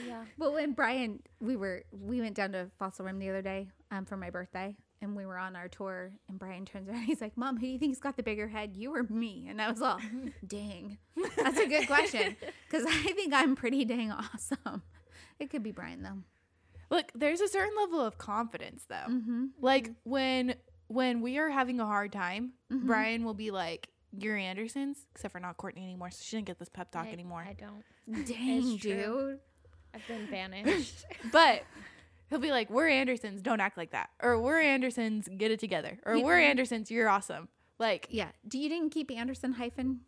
Yeah. Well, when Brian, we were we went down to Fossil Rim the other day um, for my birthday, and we were on our tour. And Brian turns around, *laughs* he's like, "Mom, who do you think's got the bigger head, you or me?" And I was *laughs* all, "Dang, that's a good question," *laughs* because I think I'm pretty dang awesome. It could be Brian though. Look, there's a certain level of confidence though. Like when when we are having a hard time, Brian will be like, "You're Anderson's," except for not Courtney anymore, so she didn't get this pep talk I- anymore. *laughs* I don't. Dang, It's true. dude. I've been banished. but he'll be like, "We're Andersons. Don't act like that," or "We're Andersons. Get it together," or Yeah. "We're Andersons. You're awesome." Like, Yeah. Do you didn't keep Anderson hyphen?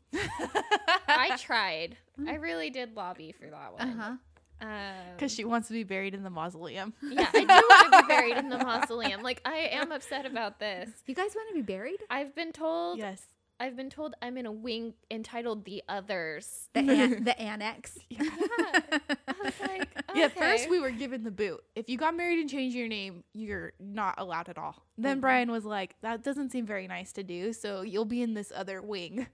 I tried. I really did lobby for that Uh one. Uh-huh. huh. Um, because she wants to be buried in the mausoleum. yeah, I do want to be *laughs* buried in the mausoleum. Like I am upset about this. You guys want to be *laughs* buried? I've been told. Yes. I've been told I'm in a wing entitled "The Others." The an- the annex. Yeah. I was like, okay. *laughs* Yeah. First, we were given the boot. If you got married and changed your name, you're not allowed at all. Then Brian was like, "That doesn't seem very nice to do. So you'll be in this other wing."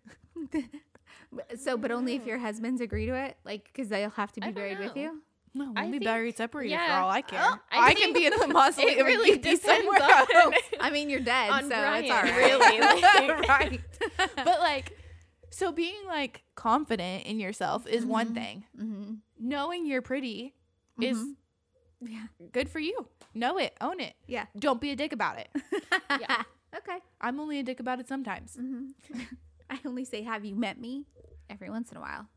So, but only if your husbands agree to it, like, because they'll have to I be don't buried with know. you. *laughs* No, we'll I be think- buried separated for yeah. all I care. Oh, I, I can think be in *laughs* the mausoleum. *laughs* it and really you be depends somewhere on- else. *laughs* I mean, you're dead, On so Brian, it's all right. *laughs* really, like- right. but like, so being like confident in yourself is one thing. hmm Knowing you're pretty is Mhm. Yeah. good for you. Know it, own it. Yeah. Don't be a dick about *laughs* it. Yeah. Okay. I'm only a dick about it sometimes. hmm I only say, "Have you met me?" every once in a while.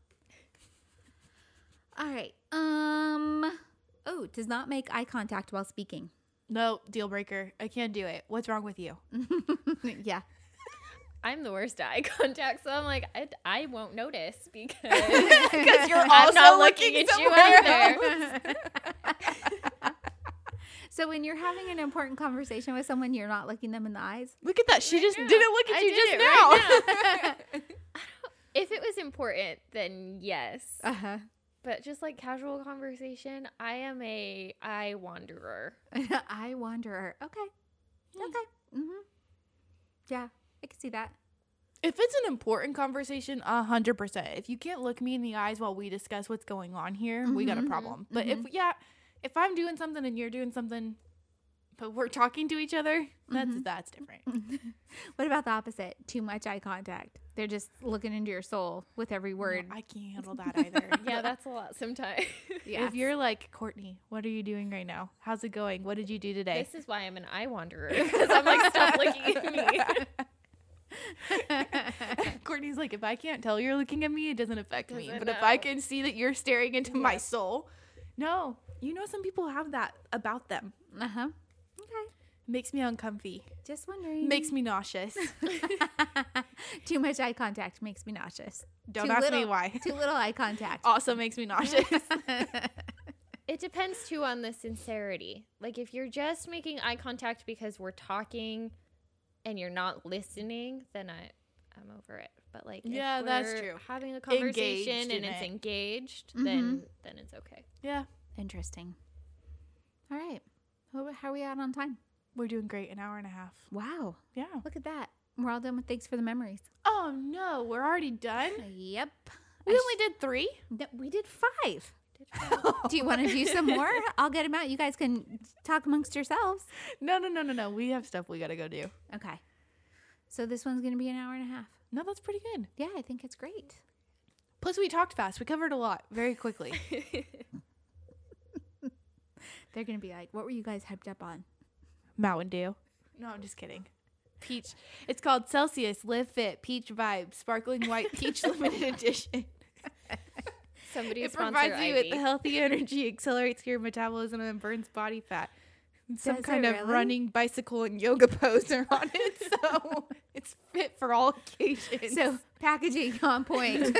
All right. Um. Oh, does not make eye contact while speaking. *laughs* No, deal breaker. I can't do it. What's wrong with you? yeah. *laughs* I'm the worst at eye *laughs* contact, so I'm like, I, I won't notice because Because *laughs* you're I'm also not looking, looking at you somewhere either. else. *laughs* So when you're having an important conversation with someone, you're not looking them in the eyes. Look at that. She just now. didn't look at I you did just it now. right *laughs* if it was important, then yes. Uh *laughs* huh. But just like casual conversation, I am a eye wanderer. I wanderer. Okay. Okay. Mhm. Yeah, I can see that. If it's an important conversation, a hundred percent. If you can't look me in the eyes while we discuss what's going on here, we got a problem. But if yeah, if I'm doing something and you're doing something, but we're talking to each other, that's that's different. What about the opposite? Too much eye contact. They're just looking into your soul with every word. I can't handle that *laughs* either. Yeah, that's a lot sometimes. yeah. If you're like Courtney, what are you doing right now? How's it going? What did you do today? this is why I'm an eye wanderer because I'm like, *laughs* stop looking at me. Courtney's like, if I can't tell you're looking at me, it doesn't affect me. Doesn't But if I know. can see that you're staring into my soul, no. You know, some people have that about them. Uh huh. Okay. Makes me uncomfy. Just wondering. *laughs* Makes me nauseous. *laughs* Too much eye contact makes me nauseous. Don't Too ask me little- why. *laughs* Too little eye contact. also makes me nauseous. *laughs* *laughs* It depends too on the sincerity. Like if you're just making eye contact because we're talking and you're not listening, then I I'm over it. But like if Yeah, that's we're true. Having a conversation Engaged in and it's it. engaged, then then it's okay. yeah, Interesting. All right. How how are we out on time? we're doing great. An hour and a half. Wow. Yeah. Look at that. We're all done with thanks for the memories. Oh no, we're already done. Yep. We only did three. No, we did five. *laughs* do you want to do some more? I'll get them out. You guys can talk amongst yourselves. No, no, no, no, no. We have stuff we gotta go do. Okay. So this one's going to be an hour and a half. No, that's pretty good. Yeah, I think it's great. Plus, we talked fast. We covered a lot *laughs* very quickly. They're going to be like, what were you guys hyped up on? Mountain Dew. No, I'm just kidding. Peach. It's called Celsius Live Fit Peach Vibe Sparkling White *laughs* Peach Limited Edition. Somebody It sponsor provides you with Ivy. the healthy energy, accelerates your metabolism, and burns body fat. And Some Does it kind of really? running bicycle and yoga pose are on it, *laughs* so it's fit for all occasions. So *laughs* packaging on point.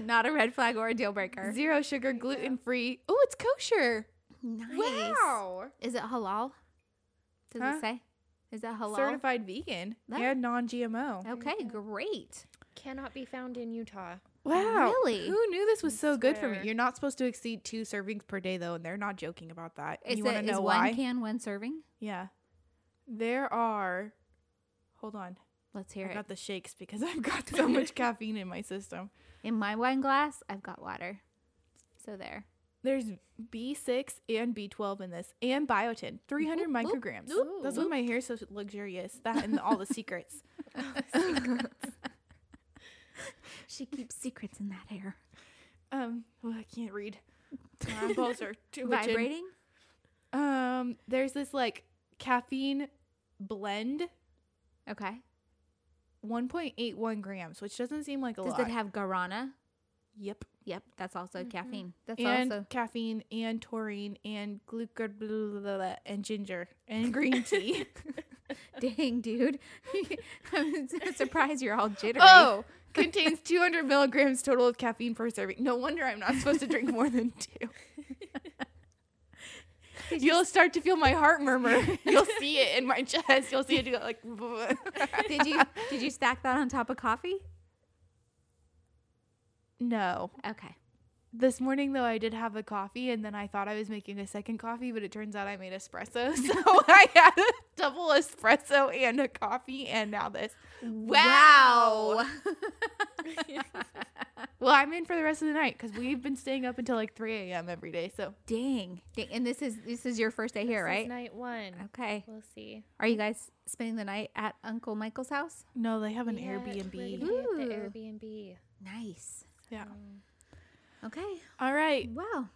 *laughs* Not a red flag or a deal breaker. *laughs* zero sugar, gluten free. Oh, it's kosher. Nice. Wow. Is it halal? Does Huh? it say? Is that halal? Certified vegan That- and non-GMO. Okay, great. Cannot be found in Utah. Wow. Really? Who knew this was so good for me? Swear. You're not supposed to exceed two servings per day, though, and they're not joking about that. And Is, you it, want to is know one why? can one serving? yeah. There are. Hold on. Let's hear I it. got the shakes because *laughs* I've got *laughs* so much caffeine in my system. In my wine glass, I've got water. So there. There's B6 and B12 in this, and biotin, Whoop, 300 whoop, micrograms. whoop, That's whoop. what my hair's so luxurious. That *laughs* and all the secrets. She keeps secrets in that air. Um, well, I can't *laughs* read. My eyeballs are too Vibrating? Um, there's this like caffeine blend, Okay. 1.81 grams, which doesn't seem like a Does lot. it have guarana? yep. Yep, that's also caffeine. That's and also caffeine and taurine and glucose blah, blah, blah, blah, and ginger *laughs* and green tea. dang, dude. *laughs* I'm *laughs* surprised you're all jittery. oh, *laughs* contains 200 milligrams total of caffeine per serving. No wonder I'm not supposed to drink more *laughs* than two. *laughs* You'll start to feel my heart murmur. *laughs* You'll see it in my chest. You'll see it go like. *laughs* *laughs* did you did you stack that on top of coffee? No. Okay. This morning though, I did have a coffee, and then I thought I was making a second coffee, but it turns out I made espresso. *laughs* So I had a double espresso and a coffee, and now this. Wow. Well, I'm in for the rest of the night because we've been staying up until like 3 a.m. every day. So *laughs* dang. Dang. And this is this is your first day here, This is right? Night one. Okay. We'll see. Are you guys spending the night at Uncle Michael's house? no, they have an Yeah, We're Airbnb. gonna be at the Ooh. Airbnb. Nice. Yeah. Okay. All right. Wow.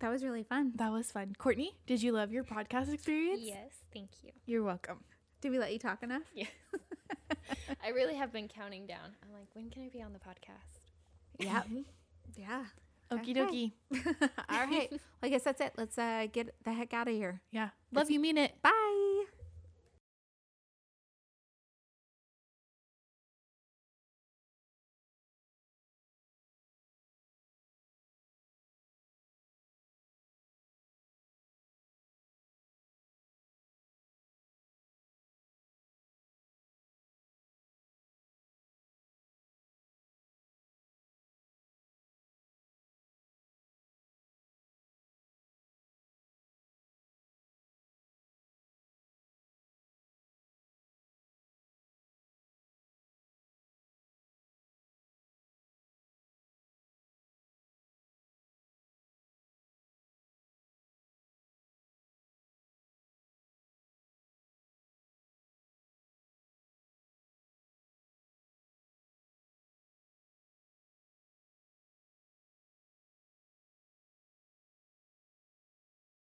That was really fun. That was fun. Courtney, did you love your podcast experience? Yes, thank you. You're welcome. Did we let you talk *laughs* enough? Yes. I really have been counting down. I'm like, when can I be on the podcast? Yeah. yeah. *laughs* Okie Okay. dokie. All right. Well, I guess that's it. Let's uh, get the heck out of here. Yeah. Love you, mean it. Bye.